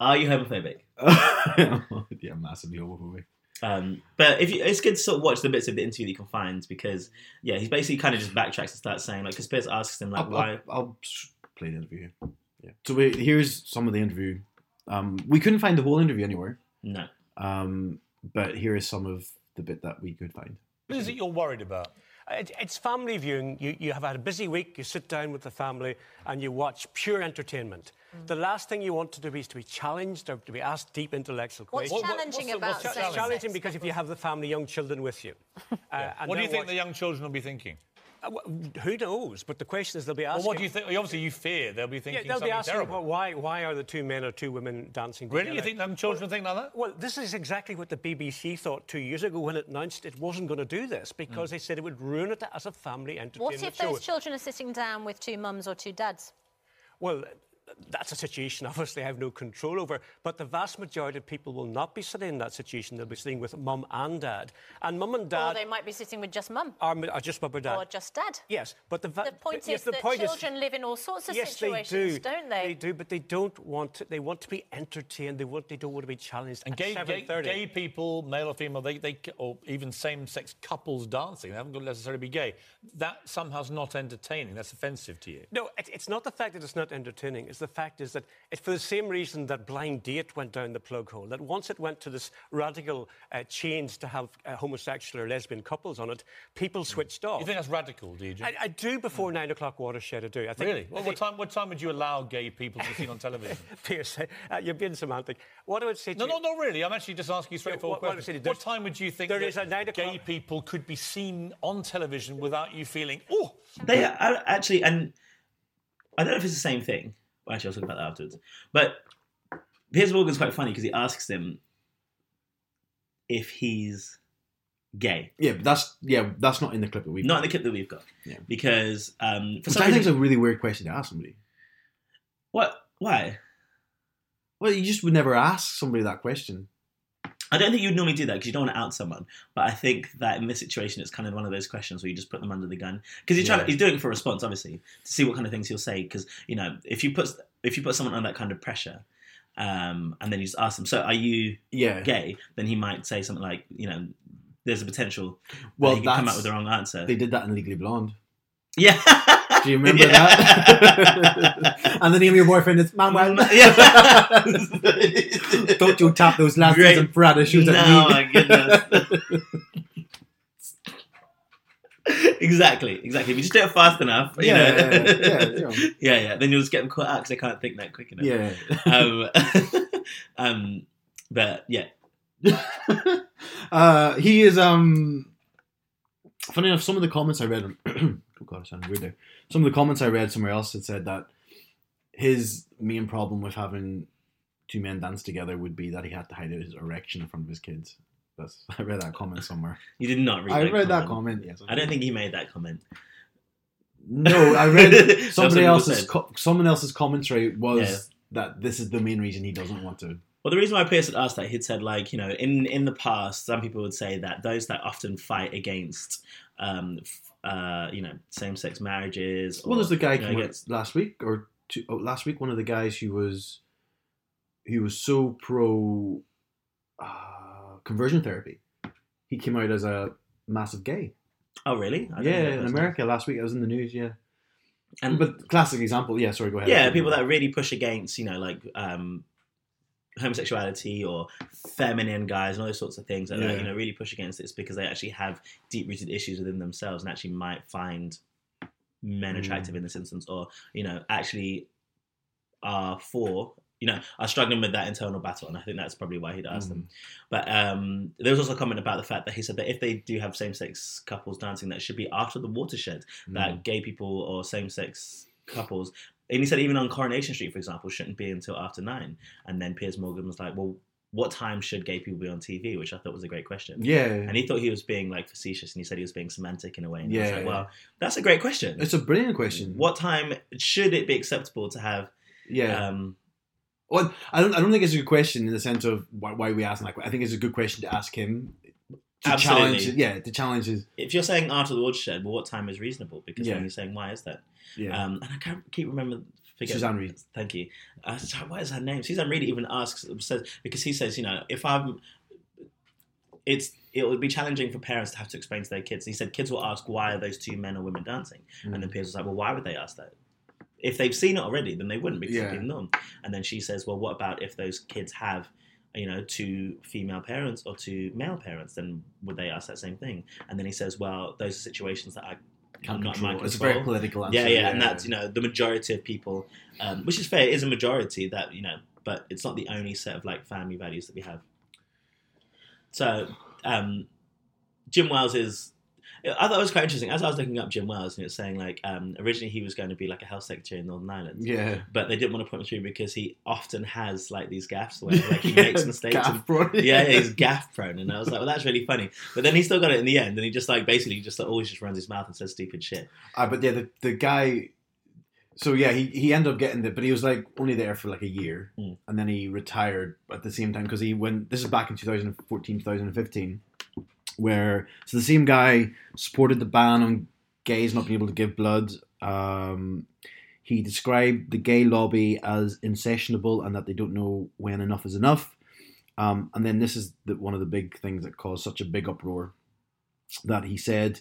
Are you homophobic? *laughs* yeah, massively homophobic. Um, but if you, it's good to sort of watch the bits of the interview that you can find because yeah, he's basically kind of just backtracks and starts saying like, because Spears asks him like, I'll, why? I'll, I'll s- play the interview. here. Yeah. So we, here's some of the interview. Um, we couldn't find the whole interview anywhere, No, um, but here is some of the bit that we could find. What is it you're worried about? It, it's family viewing. You, you have had a busy week, you sit down with the family and you watch pure entertainment. Mm. The last thing you want to do is to be challenged or to be asked deep intellectual What's questions. What- what- challenging what's the- about what's It's sex? challenging? *laughs* challenging because if you have the family, young children with you. uh, and What do you they're think watch- the young children will be thinking? Uh, wh- Who knows? But the question is, they'll be asking. Well, what do you think? Obviously, you fear they'll be yeah, thinking they'll be something asking, terrible. well, why, why are the two men or two women dancing really, you together? think them children think like that? Well, this is exactly what the BBC thought two years ago when it announced it wasn't going to do this Mm. because they said it would ruin it as a family entertainment What if show. those children are sitting down with two mums or two dads? Well, that's a situation *laughs* obviously I have no control over, but the vast majority of people will not be sitting in that situation. They'll be sitting with mum and dad. And mum and Or dad they might be sitting with just mum are, are just mum and dad. or just dad. Yes, but the, va- The point yes, is that children live in all sorts of yes, situations, they do. don't they? They do, but they don't want. To, they want to be entertained. They want. They don't want to be challenged. And at gay, gay, 7:30. gay people, male or female, they, they c- or even same-sex couples dancing, they haven't got to necessarily be gay. That somehow's not entertaining. That's offensive to you. No, it, it's not the fact that it's not entertaining. It's the fact is that it, for the same reason that Blind Date went down the plug hole, that once it went to this radical uh, change to have uh, homosexual or lesbian couples on it, people switched off. Hmm. You think that's radical, do you? Jim? I, I do before nine o'clock watershed. I do. I think really? What, what time? What time would you allow gay people to be seen on television? *laughs* Pierce, uh, you're being semantic. What I would say to No, no, you- not really. I'm actually just asking you a what- straightforward what I'm question. saying is What, there's- time would you think there that is a nine gay o'clock- people could be seen on television without you feeling, oh, They are I- actually, and I don't know if it's the same thing. Well, actually, I'll talk about that afterwards. But Piers Morgan's quite funny because he asks him if he's gay. Yeah, but that's yeah, that's not in the clip that we. Not in the clip that we've got. Yeah. Because um, for which some I think is reason, a really weird question to ask somebody. what? Why? Well, you just would never ask somebody that question. I don't think you'd normally do that because you don't want to out someone. But I think that in this situation, it's kind of one of those questions where you just put them under the gun because he's trying. Yeah. he's doing it for a response, obviously, to see what kind of things he'll say. Because you know, if you put if you put someone under that kind of pressure, um, and then you just ask them, "So are you Yeah. gay?" Then he might say something like, "You know, there's a potential Well, that he could come that's- out with the wrong answer." They did that in Legally Blonde. yeah. *laughs* Do you remember that? *laughs* and the name of your boyfriend is Manuel. *laughs* Yeah. Don't you tap those last Great. names and Prada shoes no, at *laughs* me. my goodness. *laughs* exactly, exactly. If you just do it fast enough, you Yeah, *laughs* know. yeah, yeah, yeah. yeah, yeah. Then you'll just get them caught out because they can't think that quick enough. Yeah. Um, *laughs* um, but yeah, uh, he is. Um, funny enough, some of the comments I read. *clears throat* On, oh god, I sound weird there. Some of the comments I read somewhere else had said that his main problem with having two men dance together would be that he had to hide his erection in front of his kids. That's *laughs* I read that comment somewhere. you did not read. I that read that comment. comment. Yes. I don't think he made that comment. No, I *laughs* That's read what somebody people else's said. co- someone else's commentary was Yeah. that this is the main reason he doesn't want to. Well, the reason why Pierce had asked that, he'd said like, you know, in in the past, some people would say that those that often fight against, um, f- uh, you know, same sex marriages. Well, there's the guy you know, came out against- last week or two, oh, last week. One of the guys who was he was so pro uh, conversion therapy. He came out as a massive gay. Oh, really? I don't Yeah, know that in person. America last week. I was in the news. Yeah, And but classic example. Yeah, sorry, go ahead. yeah, people that really push against, you know, like um, homosexuality or feminine guys and all those sorts of things like that, Yeah. you know, really push against this because they actually have deep rooted issues within themselves and actually might find men Mm. attractive in this instance or, you know, actually are for, you know, are struggling with that internal battle. And I think that's probably why he'd ask Hmm. them. But um, there was also a comment about the fact that he said that if they do have same sex couples dancing, that should be after the watershed Mm. that gay people or same sex couples. And he said even on Coronation Street, for example, shouldn't be until after nine. And then Piers Morgan was like, "Well, what time should gay people be on TV?" Which I thought was a great question. yeah, And he thought he was being like facetious, and he said he was being semantic in a way. And I was Yeah, like, yeah. "Well, that's a great question. it's a brilliant question. what time should it be acceptable to have?" Yeah, Um, Well, I don't. I don't think it's a good question in the sense of why, why we ask that. que- I think it's a good question to ask him. To Absolutely. challenge, yeah, to challenge his, if you're saying after the watershed, well, what time is reasonable? Because Yeah. then you're saying, "Why is that?" yeah, Um, and I can't keep remember. Forget Suzanne Reid. Thank you. Uh, so what is her name? Suzanne Reid even asks says because he says, you know, if I'm, it's it would be challenging for parents to have to explain to their kids. He said kids will ask why are those two men or women dancing, Mm. and then Piers was like, well, why would they ask that? If they've seen it already, then they wouldn't because Yeah. it'd be the norm. And then she says, well, what about if those kids have, you know, two female parents or two male parents? Then would they ask that same thing? And then he says, well, those are situations that I can't not control. my It's a very control. political answer. yeah, yeah, and that's you know the majority of people, um, which is fair. It is a majority that you know, but it's not the only set of like family values that we have. So, um, Jim Wells is I thought it was quite interesting. As I was looking up Jim Wells, and it was saying like um, originally he was going to be like a health secretary in Northern Ireland, Yeah. but they didn't want to put him through because he often has like these gaffes where *laughs* like, he makes mistakes. Gaff, and- bro. yeah, yeah, he's gaff prone, and I was like, well, that's really funny. But then he still got it in the end, and he just like basically just like, always just runs his mouth and says stupid shit. Ah, but yeah, the, the guy. So yeah, he, he ended up getting it, but he was like only there for like a year, Mm. and then he retired at the same time because he went. This is back in 2014, 2015, where so the same guy supported the ban on gays not being able to give blood. Um, he described the gay lobby as insessionable and that they don't know when enough is enough. Um, and then this is the, one of the big things that caused such a big uproar that he said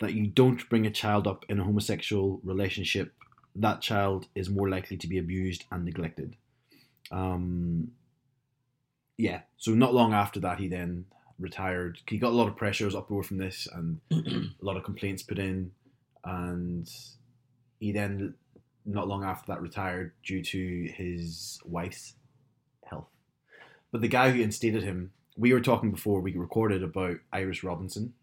that you don't bring a child up in a homosexual relationship, that child is more likely to be abused and neglected. Um, yeah, so not long after that, he then retired. He got a lot of pressures, uproar from this, *clears throat* and a lot of complaints put in. And he then, not long after that, retired due to his wife's health. But the guy who instated him, we were talking before we recorded about Iris Robinson.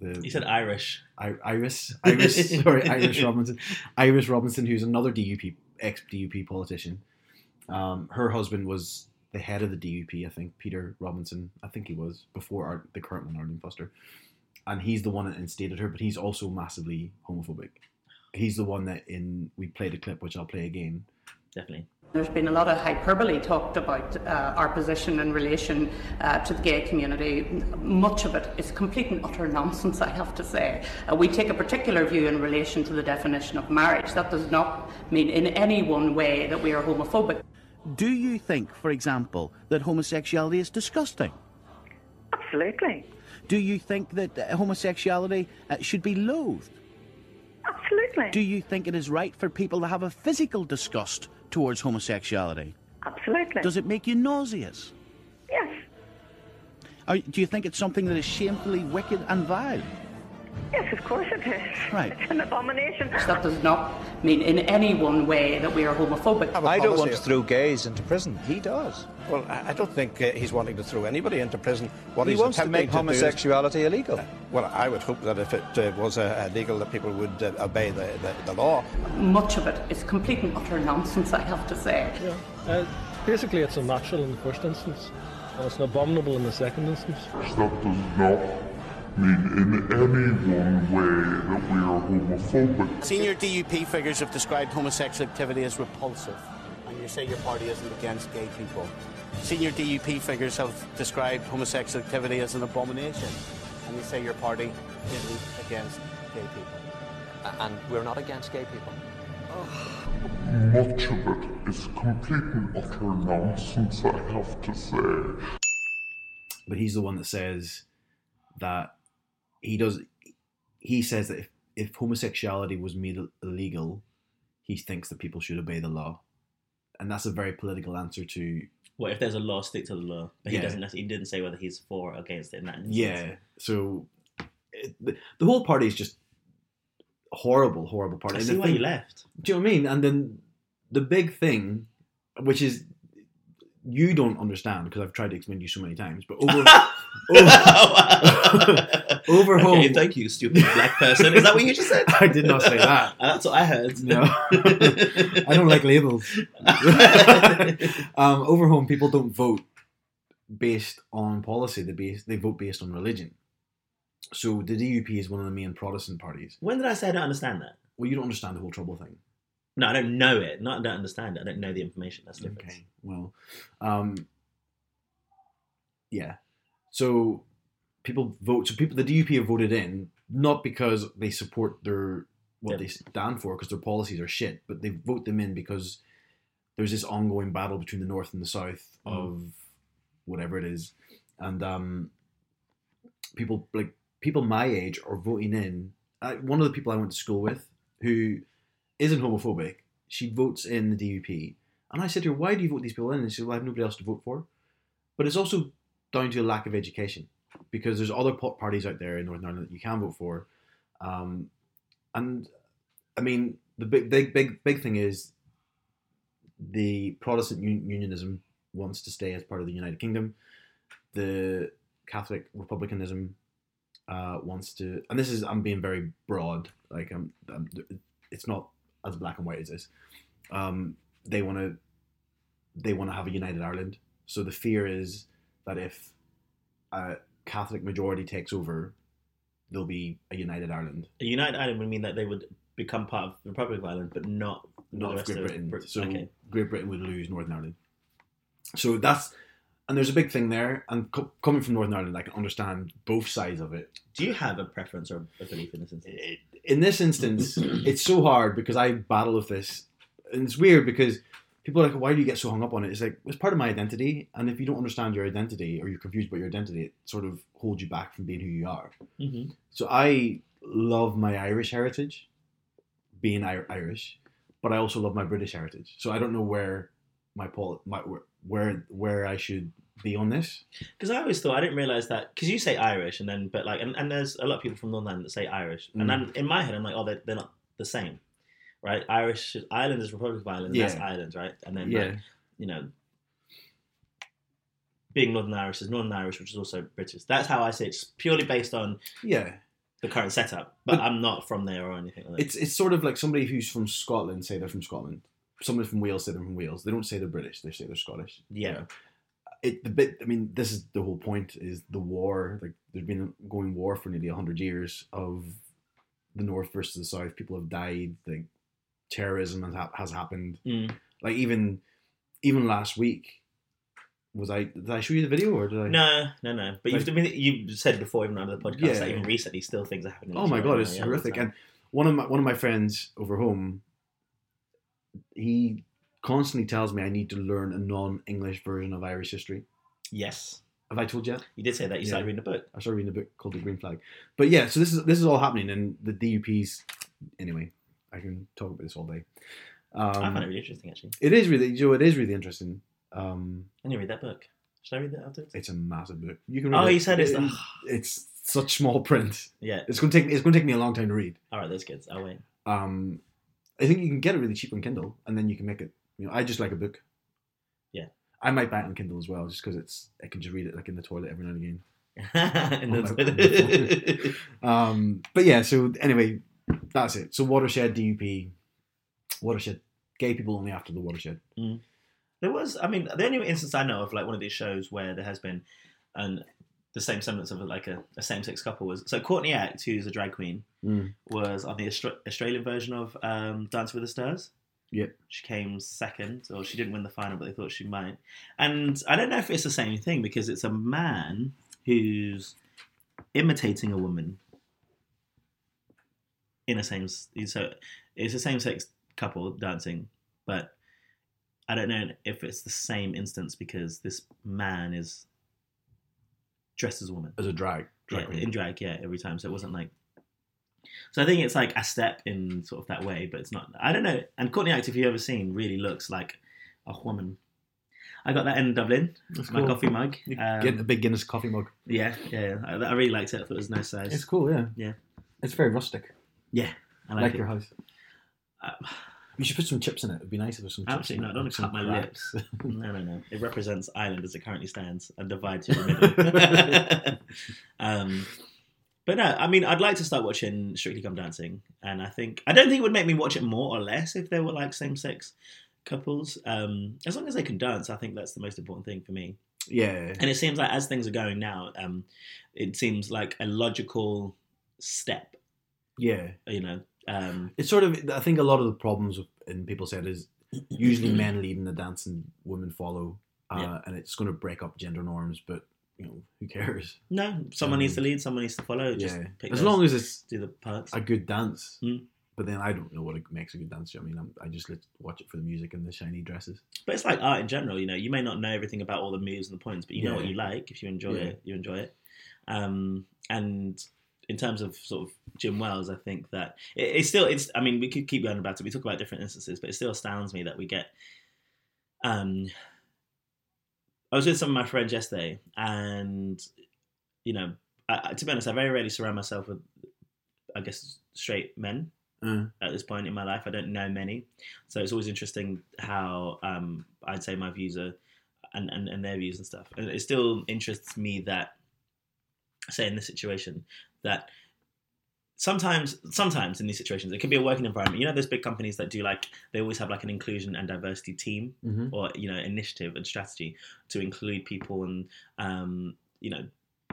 The, He said Irish. I- Iris, Iris, sorry, Iris Robinson, Iris Robinson, who's another DUP ex DUP politician. Um, her husband was the head of the DUP, I think, Peter Robinson. I think he was before Ar- the current one, Arlene Foster, and he's the one that instated her. But he's also massively homophobic. He's the one that in we played a clip, which I'll play again. Definitely. There's been a lot of hyperbole talked about uh, our position in relation uh, to the gay community. Much of it is complete and utter nonsense, I have to say. Uh, we take a particular view in relation to the definition of marriage. That does not mean in any one way that we are homophobic. Do you think, for example, that homosexuality is disgusting? Absolutely. Do you think that uh, homosexuality uh, should be loathed? Absolutely. Do you think it is right for people to have a physical disgust towards homosexuality? Absolutely. Does it make you nauseous? Yes. Or do you think it's something that is shamefully wicked and vile? Yes, of course it is. Right. It's an abomination. That does not mean in any one way that we are homophobic. I don't want to throw gays into prison. He does. Well, I I don't think uh, he's wanting to throw anybody into prison. What he he's wants to attempting make do is- Uh, homosexuality illegal. well, I would hope that if it uh, was uh, legal, that people would uh, obey the, the, the law. Much of it is complete and utter nonsense, I have to say. Uh, basically, it's unnatural in the first instance, and it's abominable in the second instance. That does not mean in any one way that we are homophobic. Senior DUP figures have described homosexual activity as repulsive, and you say your party isn't against gay people. Senior DUP figures have described homosexual activity as an abomination, and you say your party isn't against gay people. And we're not against gay people. Much of it is complete and utter nonsense, I have to say. but he's the one that says that he does he says that if, if homosexuality was made illegal he thinks that people should obey the law and that's a very political answer to Well, if there's a law, stick to the law. But Yeah. he doesn't. He didn't say whether he's for or against it. In that instance. yeah so it, the, the whole party is just a horrible horrible party I And see the why thing- you *laughs* left. do you know what I mean? And then the big thing, which is you don't understand because I've tried to explain to you so many times, but *laughs* over Oh, over, over home, Okay, thank you, stupid black person. Is that what you *laughs* just said? I did not say that. Uh, That's what I heard. *laughs* No. I don't like labels. um, over home, people don't vote based on policy. They base they vote based on religion. So the DUP is one of the main Protestant parties. when did I say I don't understand that? Well, you don't understand the whole trouble thing. No, I don't know it. Not I don't understand it. I don't know the information. That's the difference. Okay. Well, um, yeah. So people vote. So people, the DUP have voted in not because they support their what Yeah. they stand for, because their policies are shit, but they vote them in because there's this ongoing battle between the north and the south Mm. of whatever it is, and um, people like people my age are voting in. I, one of the people I went to school with who isn't homophobic, she votes in the DUP. And I said to her, why do you vote these people in? And she said, well, I have nobody else to vote for. But it's also down to a lack of education because there's other po- parties out there in Northern Ireland that you can vote for. Um, and I mean, the big, big, big, big thing is the Protestant un- unionism wants to stay as part of the United Kingdom. The Catholic republicanism uh, wants to, and this is I'm being very broad. Like I'm, I'm it's not as black and white as this. Um, they want to, they want to have a united Ireland. So the fear is that if a Catholic majority takes over, there'll be a united Ireland. A United Ireland would mean that they would become part of the Republic of Ireland, but not not the of rest Great Britain. Brit- so okay. Great Britain would lose Northern Ireland. So that's and there's a big thing there. And co- coming from Northern Ireland, I can understand both sides of it. Do you have a preference or a belief in this instance? In this instance, it's so hard because I battle with this, and it's weird because people are like, "Why do you get so hung up on it?" It's like it's part of my identity, and if you don't understand your identity or you're confused about your identity, it sort of holds you back from being who you are. Mhm. So I love my Irish heritage, being Ir- Irish, but I also love my British heritage. So I don't know where my pol my where- where where I should be on this. Because I always thought I didn't realize that because you say Irish and then but like and, and there's a lot of people from Northern Ireland that say Irish and Mm. then in my head I'm like oh they're, they're not the same, right? Irish Ireland is Republic of Ireland. That's Yeah. Ireland, right? And then Yeah. like, you know, being Northern Irish is Northern Irish, which is also British. That's how I say it. it's purely based on Yeah. the current setup. But, I'm not from there or anything like that. It's it's sort of like somebody who's from Scotland say they're from Scotland. Somebody from Wales say they're from Wales. They don't say they're British. They say they're Scottish. Yeah. It the bit. I mean, this is the whole point. Is the war like there's been a going war for nearly hundred years of the North versus the South. People have died. Like terrorism has, hap- has happened. Mm. Like even even last week was I did I show you the video or did I? no, no, no. But you've, I mean, you said before even on the podcast Yeah. that even recently still things are happening. Oh my god, it's Yeah, all the horrific. time. And one of my one of my friends over home, he constantly tells me I need to learn a non-English version of Irish history. yes, Have I told you? you did say that you started reading a book. I started reading a book called The Green Flag. But yeah, so this is this is all happening, and the DUP's. Anyway, I can talk about this all day. Um, I find it really interesting actually. It is really, you know, it is really interesting. Um, And you read that book. Should I read that afterwards? it's a massive book. You can. Read Oh, it. you said it's the- it's such small print. Yeah. it's gonna take it's gonna take me a long time to read. All right, that's good. *laughs* I'll wait. *laughs* um, I think you can get it really cheap on Kindle, and then you can make it. You know, I just like a book. Yeah. I might buy it on Kindle as well, just because it's I can just read it like in the toilet every now and again. In the On my- on Oh *laughs* my toilet. phone. um, but yeah, so anyway, that's it. So watershed DUP, watershed gay people only after the watershed. Mm. There was, I mean, the only instance I know of like one of these shows where there has been an the same semblance of like a, a same-sex couple was so Courtney Act, who's a drag queen, Mm. was on the Austra- Australian version of um, Dancing with the Stars. Yeah. She came second, or she didn't win the final, but they thought she might. And I don't know if it's the same thing because it's a man who's imitating a woman in a same. So it's a same-sex couple dancing, but I don't know if it's the same instance because this man is dressed as a woman as a drag, yeah, in drag, yeah, every time. So it wasn't like. So I think it's like a step in sort of that way, but it's not. I don't know. And Courtney Act, if you've ever seen, really looks like a woman. I got that in Dublin, That's my cool. coffee mug. Um, Get a big Guinness coffee mug. yeah, yeah, I, I really liked it. I thought it was a nice size. It's cool, yeah. Yeah, It's very rustic. yeah, I like, like it. your house. Uh, You should put some chips in it. It'd be nice if there's some chips. Absolutely in not. it, I don't like want to some cut my cracks. lips. *laughs* No, no, no. It represents Ireland as it currently stands and divides you in the *laughs* middle. *laughs* um, but no, I mean, I'd like to start watching Strictly Come Dancing, and I think I don't think it would make me watch it more or less if there were like same-sex couples. Um, as long as they can dance, I think that's the most important thing for me. Yeah. And it seems like as things are going now, um, it seems like a logical step. Yeah. You know, um, It's sort of. I think a lot of the problems with- in people said is usually men lead in the dance and women follow, uh, Yeah. and it's going to break up gender norms. But you know, who cares? no, someone needs to lead, someone needs to follow. Just Mm. yeah. pick As those- long as it's do the parts. a good dance. Mm. But then I don't know what makes a good dance. you know what I mean, I'm, I just lit- watch it for the music and the shiny dresses. But it's like art in general, you know. You may not know everything about all the moves and the points, but you know Yeah. what you like. If you enjoy Yeah. it, you enjoy it. Um, and in terms of sort of Jim Wells, I think that it, it's still it's. I mean, we could keep going about it. We talk about different instances, but it still astounds me that we get. Um, I was with some of my friends yesterday, and you know, I, I- to be honest, I very rarely surround myself with, I guess, straight men Uh, at this point in my life. I don't know many, so it's always interesting how um, I'd say my views are and, and, and their views and stuff. And it still interests me that say in this situation that sometimes sometimes in these situations it can be a working environment you know those big companies that do like they always have like an inclusion and diversity team Mhm. or you know initiative and strategy to include people and um you know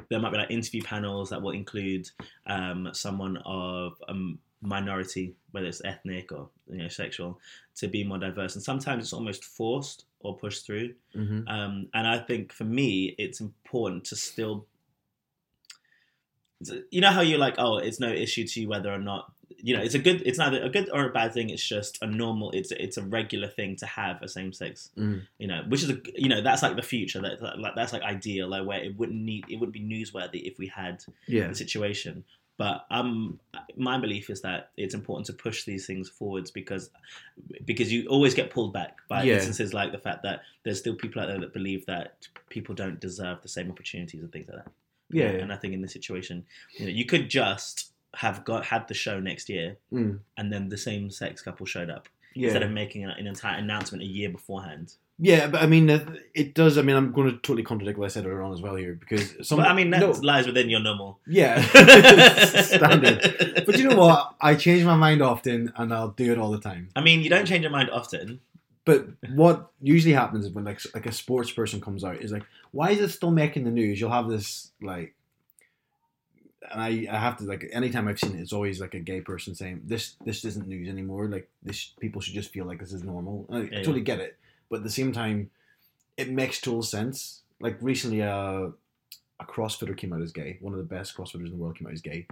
there might be like interview panels that will include um someone of a m- minority whether it's ethnic or you know sexual to be more diverse and sometimes it's almost forced or pushed through Mhm. um and i think for me it's important to still you know how you're like, oh, it's no issue to you whether or not you know it's a good. It's neither a good or a bad thing. It's just a normal. It's it's a regular thing to have a same sex. Mm. You know, which is a you know that's like the future. That, that like, that's like ideal. Like where it wouldn't need it wouldn't be newsworthy if we had Yeah. the situation. But um, my belief is that it's important to push these things forwards because because you always get pulled back by Yeah. instances like the fact that there's still people out there that believe that people don't deserve the same opportunities and things like that. Yeah, and yeah. I think in this situation, you know, you could just have got had the show next year, Mm. and then the same sex couple showed up Yeah. instead of making an, an entire announcement a year beforehand. Yeah, but I mean, uh, it does. I mean, I'm going to totally contradict what I said earlier on as well here because some. but I mean, that Um, no, lies within your normal. *laughs* *laughs* yeah, standard. But you know what? I change my mind often, and I'll do it all the time. I mean, you don't change your mind often. But what usually happens is when like like a sports person comes out is like, why is it still making the news? You'll have this like, and I, I have to like anytime I've seen it, it's always like a gay person saying this this isn't news anymore. Like this people should just feel like this is normal. And I, I Yeah, totally yeah. get it, but at the same time, it makes total sense. Like recently, uh, a CrossFitter came out as gay. One of the best CrossFitters in the world came out as gay.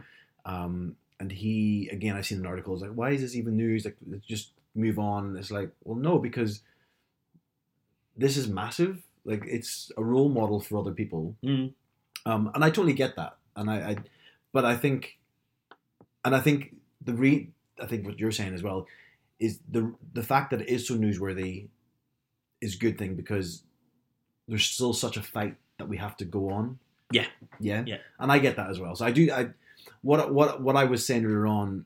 Um, and he, again, I've seen an article. It's like, why is this even news? Like, let's just move on. It's like, well, no, because this is massive. Like, it's a role model for other people. Mm. Um, and I totally get that. And I, I, but I think, and I think the re, I think what you're saying as well is the the fact that it is so newsworthy is a good thing because there's still such a fight that we have to go on. Yeah. Yeah. Yeah. And I get that as well. So I do. I what what what I was saying earlier on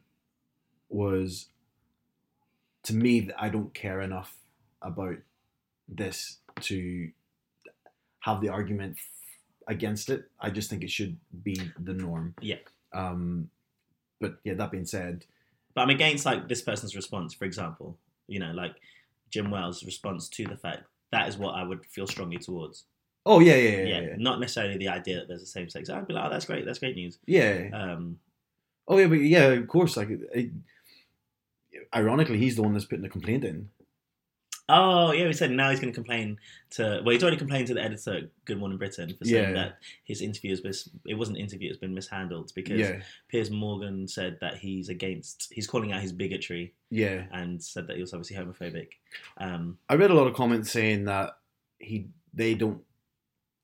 was to me that I don't care enough about this to have the argument against it. I just think it should be the norm. Yeah. Um, but yeah, that being said, But I'm against like this person's response, for example. You know, like Jim Wells' response to the fact that is what I would feel strongly towards. oh yeah, yeah, yeah, yeah. yeah. Not necessarily the idea that there's the same sex. I'd be like, oh, that's great. That's great news. Yeah. Um, Oh yeah, but yeah, of course. Like, it, ironically, he's the one that's putting the complaint in. oh yeah, he said now he's going to complain to. Well, he's already complained to the editor at Good Morning Britain for saying Yeah. that his interview has been. It wasn't an interview. It's been mishandled because Yeah. Piers Morgan said that he's against. He's calling out his bigotry. Yeah. And said that he was obviously homophobic. Um, I read a lot of comments saying that he they don't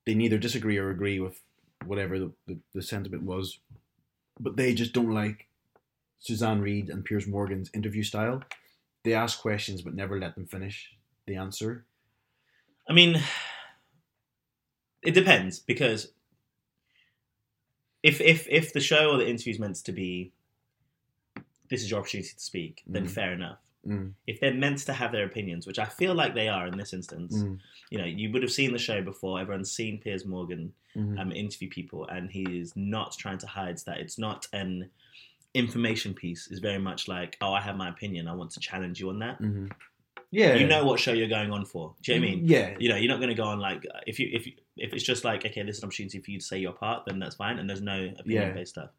they neither disagree or agree with whatever the, the, the sentiment was, but they just don't like Suzanne Reed and Piers Morgan's interview style. They ask questions but never let them finish the answer. I mean, it depends because if if if the show or the interview is meant to be, this is your opportunity to speak, then Mhm. fair enough. Mm. If they're meant to have their opinions, which I feel like they are in this instance, Mm. you know, you would have seen the show before. Everyone's seen Piers Morgan Mhm. um, interview people, and he is not trying to hide that. It's not an information piece. It's very much like, oh, I have my opinion. I want to challenge you on that. Mm-hmm. Yeah. You know what show you're going on for. Do you know what I mean? Yeah. You know, you're not going to go on like if you if you, if it's just like okay, this is an opportunity for you to say your part, then that's fine, and there's no opinion based stuff.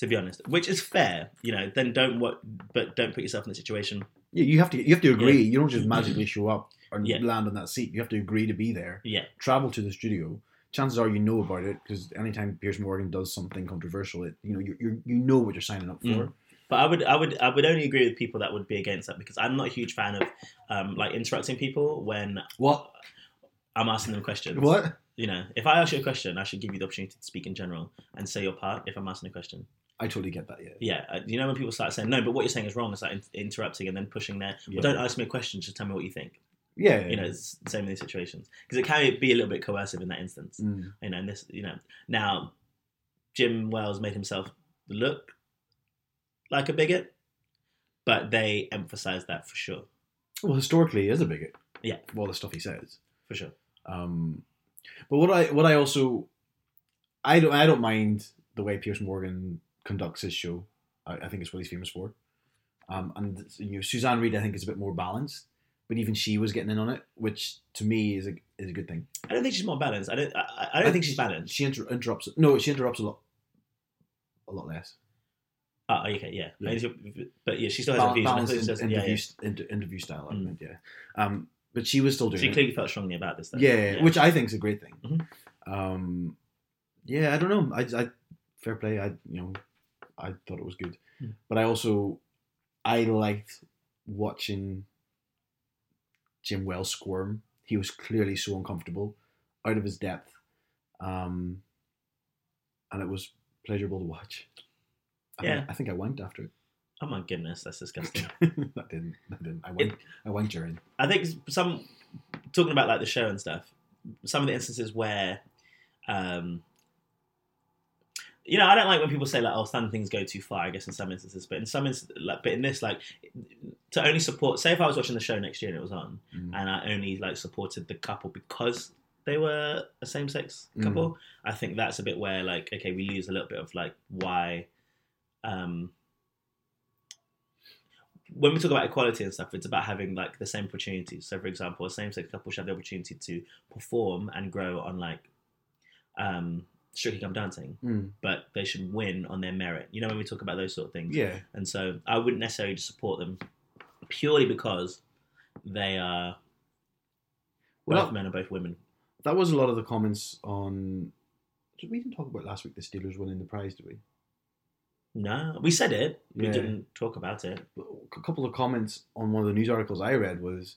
To be honest, which is fair, you know. Then don't what, but don't put yourself in the situation. Yeah, you have to you have to agree. Yeah. You don't just magically show up or Yeah. land on that seat. You have to agree to be there. Yeah. Travel to the studio. Chances are you know about it because anytime Piers Morgan does something controversial, it you know you you you know what you're signing up for. Mm. But I would, I would, I would only agree with people that would be against that because I'm not a huge fan of um, like interrupting people when what I'm asking them questions. What? you know, if I ask you a question, I should give you the opportunity to speak in general and say your part. If I'm asking a question, I totally get that. Yeah. yeah, uh, you know when people start saying no, but what you're saying is wrong. It's like in- interrupting and then pushing there. Yeah. Well, don't ask me a question. Just tell me what you think. Yeah. you know, it's the same in these situations because it can be a little bit coercive in that instance. Mm. You know, and this, you know, now Jim Wells made himself look like a bigot, but they emphasized that for sure, Well, historically, he is a bigot. Yeah. For all the stuff he says. for sure. Um, but what I what I also I don't I don't mind the way Pierce Morgan conducts his show. I, I think it's what he's famous for. Um, and you know, Suzanne Reed, I think, is a bit more balanced, but even she was getting in on it, which to me is a is a good thing. I don't think she's more balanced. I don't. I, I- I don't think she's balanced. She inter- interrupts. No, she interrupts a lot, a lot less. Ah, okay, yeah. Yeah. But yeah, she still has Bal- a views. and I balanced think she in- does- yeah, interview, yeah. Mm. st- inter- interview style. I meant, yeah. Um, but she was still doing. She it. clearly felt strongly about this. Though. Yeah, which I think is a great thing. Mm-hmm. Um, yeah, I don't know. I, I fair play. I you know, I thought it was good, Hmm. but I also I liked watching Jim Wells squirm. He was clearly so uncomfortable, out of his depth, um, and it was pleasurable to watch. I Yeah. think, I think I wanked after it. Oh my goodness, that's *laughs* disgusting. I didn't. I didn't. I wanked. I wanked during. I think some talking about like the show and stuff. Some of the instances where, um, you know, I don't like when people say like, "Oh, some things go too far." I guess in some instances, but in some instances, like, but in this, like, to only support. Say if I was watching the show next year and it was on, Mm. and I only like supported the couple because they were a same-sex couple. I think that's a bit where like, okay, we lose a little bit of like why. Um, when we talk about equality and stuff, it's about having like the same opportunities. So, for example, a same-sex couple should have the opportunity to perform and grow on like um, Strictly Come Dancing, Mm. but they should win on their merit. You know, when we talk about those sort of things. Yeah. And so, I wouldn't necessarily just support them purely because they are Well, both men and both women. That was a lot of the comments on. We didn't talk about last week the Steelers winning the prize, did we? No, we said it. We Yeah. didn't talk about it. A couple of comments on one of the news articles I read was,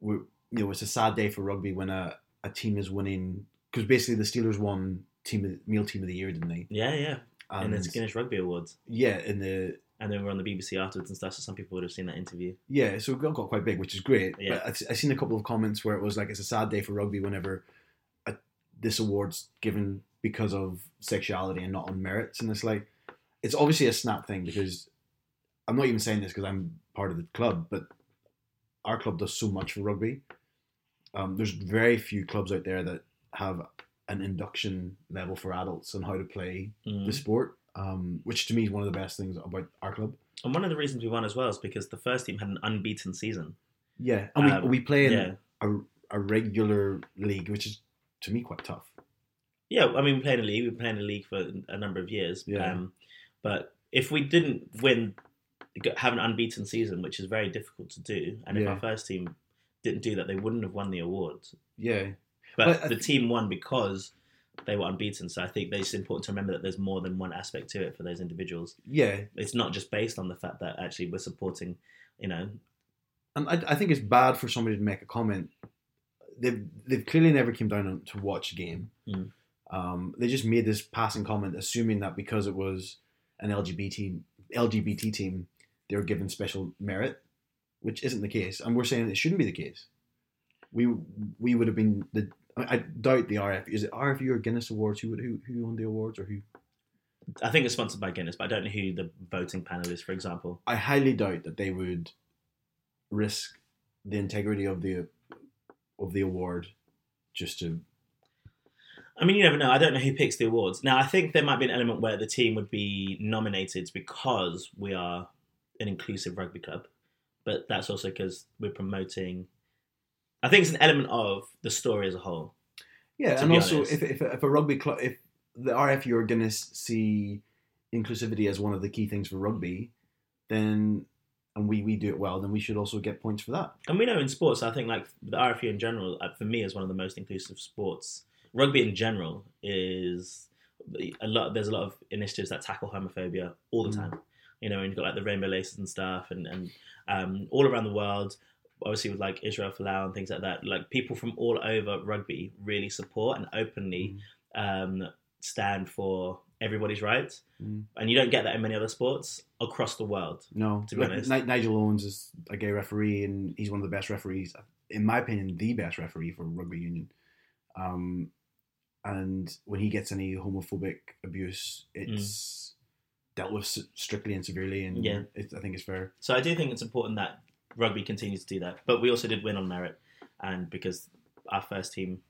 we, you know, it's a sad day for rugby when a, a team is winning because basically the Steelers won team of, meal team of the year, didn't they? Yeah, yeah. And And- the Guinness Rugby Awards. Yeah, in the And then we're on the BBC afterwards and stuff, so some people would have seen that interview. yeah, so it got got quite big, which is great. Yeah. But I've, I've seen a couple of comments where it was like, it's a sad day for rugby whenever a, this award's given because of sexuality and not on merits. And it's like, it's obviously a snap thing because I'm not even saying this because I'm part of the club, but our club does so much for rugby. Um, there's very few clubs out there that have an induction level for adults on how to play Mm. the sport, um, which to me is one of the best things about our club. And one of the reasons we won as well is because the first team had an unbeaten season. Yeah, and we, Um, we play in yeah. a, a regular league, which is to me quite tough. Yeah, I mean, we played in a league. We've been playing in a league for a number of years. Yeah. Um, but if we didn't win, have an unbeaten season, which is very difficult to do, and if Yeah. our first team didn't do that, they wouldn't have won the award. Yeah, But, But I the team won because they were unbeaten. So I think that it's important to remember that there's more than one aspect to it for those individuals. Yeah. It's not just based on the fact that actually we're supporting, you know, and I, I think it's bad for somebody to make a comment. They've they've clearly never came down on- to watch a game. Mm. Um, they just made this passing comment, assuming that because it was an LGBT LGBT team, they were given special merit, which isn't the case. And we're saying it shouldn't be the case. We we would have been the. I I doubt the RF is it RFU or Guinness Awards who would who who won the awards or who I think it's sponsored by Guinness, but I don't know who the voting panel is, for example. I highly doubt that they would risk the integrity of the of the award just to I mean, you never know. I don't know who picks the awards. Now, I think there might be an element where the team would be nominated because we are an inclusive rugby club, but that's also because we're promoting. I think it's an element of the story as a whole. yeah to and be also honest. if, if if a rugby club if the RFU or Guinness see inclusivity as one of the key things for rugby then and we we do it well then we should also get points for that and we know in sports, I think like the RFU in general, uh, for me, is one of the most inclusive sports. Rugby in general is a lot. There's a lot of initiatives that tackle homophobia all the Mm. time. You know, and you've got like the rainbow laces and stuff, and and um, all around the world. Obviously, with like Israel Folau and things like that, like people from all over rugby really support and openly um, stand for everybody's rights, Mm. and you don't get that in many other sports across the world. no to be like, honest, Ni- Nigel Owens is a gay referee and he's one of the best referees in my opinion the best referee for rugby union um and when he gets any homophobic abuse, Mm. it's dealt with s- strictly and severely, and Yeah. it's, I think it's fair. So I do think it's important that rugby continues to do that. But we also did win on merit, and because our first team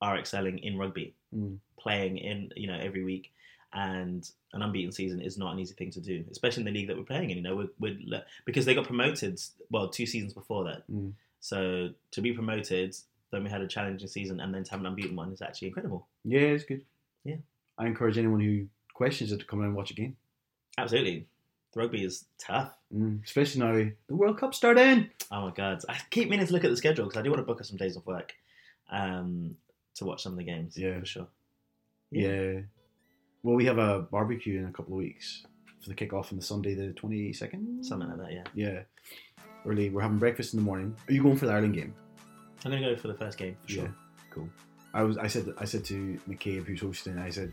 are excelling in rugby, Mm. playing in you know every week and an unbeaten season is not an easy thing to do especially in the league that we're playing in you know we're, we're le- because they got promoted well two seasons before that Mm. so to be promoted then we had a challenging season and then to have an unbeaten one is actually incredible Yeah, it's good. Yeah. I encourage anyone who questions it to come in and watch a game. absolutely the rugby is tough Mm, especially now the World Cup starting. oh my god i keep meaning to look at the schedule because i do want to book us some days off work um to watch some of the games yeah for sure Yeah. Well, we have a barbecue in a couple of weeks for the kickoff on the Sunday, the twenty second. Something like that. Yeah. Yeah. Early. We're having breakfast in the morning. Are you going for the Ireland game? i'm gonna go for the first game for sure Yeah, cool. I was. I said. I said to McCabe, who's hosting. I said,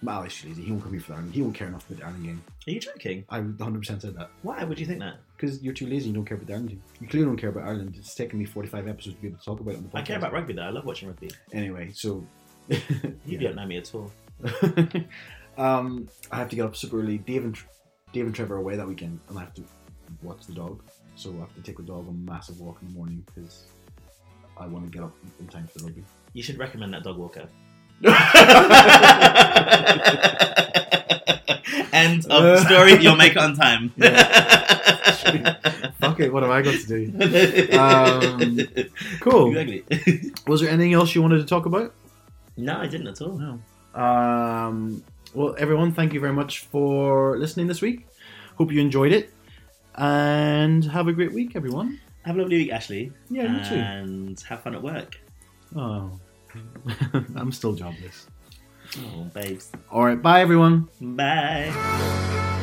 "Malice, lazy. He won't come here for the Ireland. He won't care enough about the Ireland game." Are you joking? I 100 percent said that. Why would you think that? Because you're too lazy. You don't care about the Ireland team. You clearly don't care about Ireland. It's taken me 45 episodes to be able to talk about it on the podcast. i care about rugby though i love watching rugby Anyway, *laughs* so you don't know me at all *laughs* um, I have to get up super early. Dave and Dave and Trevor are away that weekend, and I have to watch the dog. So I have to take the dog on a massive walk in the morning because I want to get up in time for the *laughs* rugby. You should recommend that dog *laughs* walker. End Uh. of story. You'll make it *laughs* on time. Fuck it. What have I got to do? Um, *laughs* cool. Exactly. Was there anything else you wanted to talk about? *laughs* no, I didn't at all. No. Um, well, everyone, thank you very much for listening this week. Hope you enjoyed it, and have a great week, everyone. Have a lovely week, Ashley. Yeah, you too. And have fun at work. Oh, *laughs* I'm still jobless. Oh, babes. All right, bye, everyone. Bye.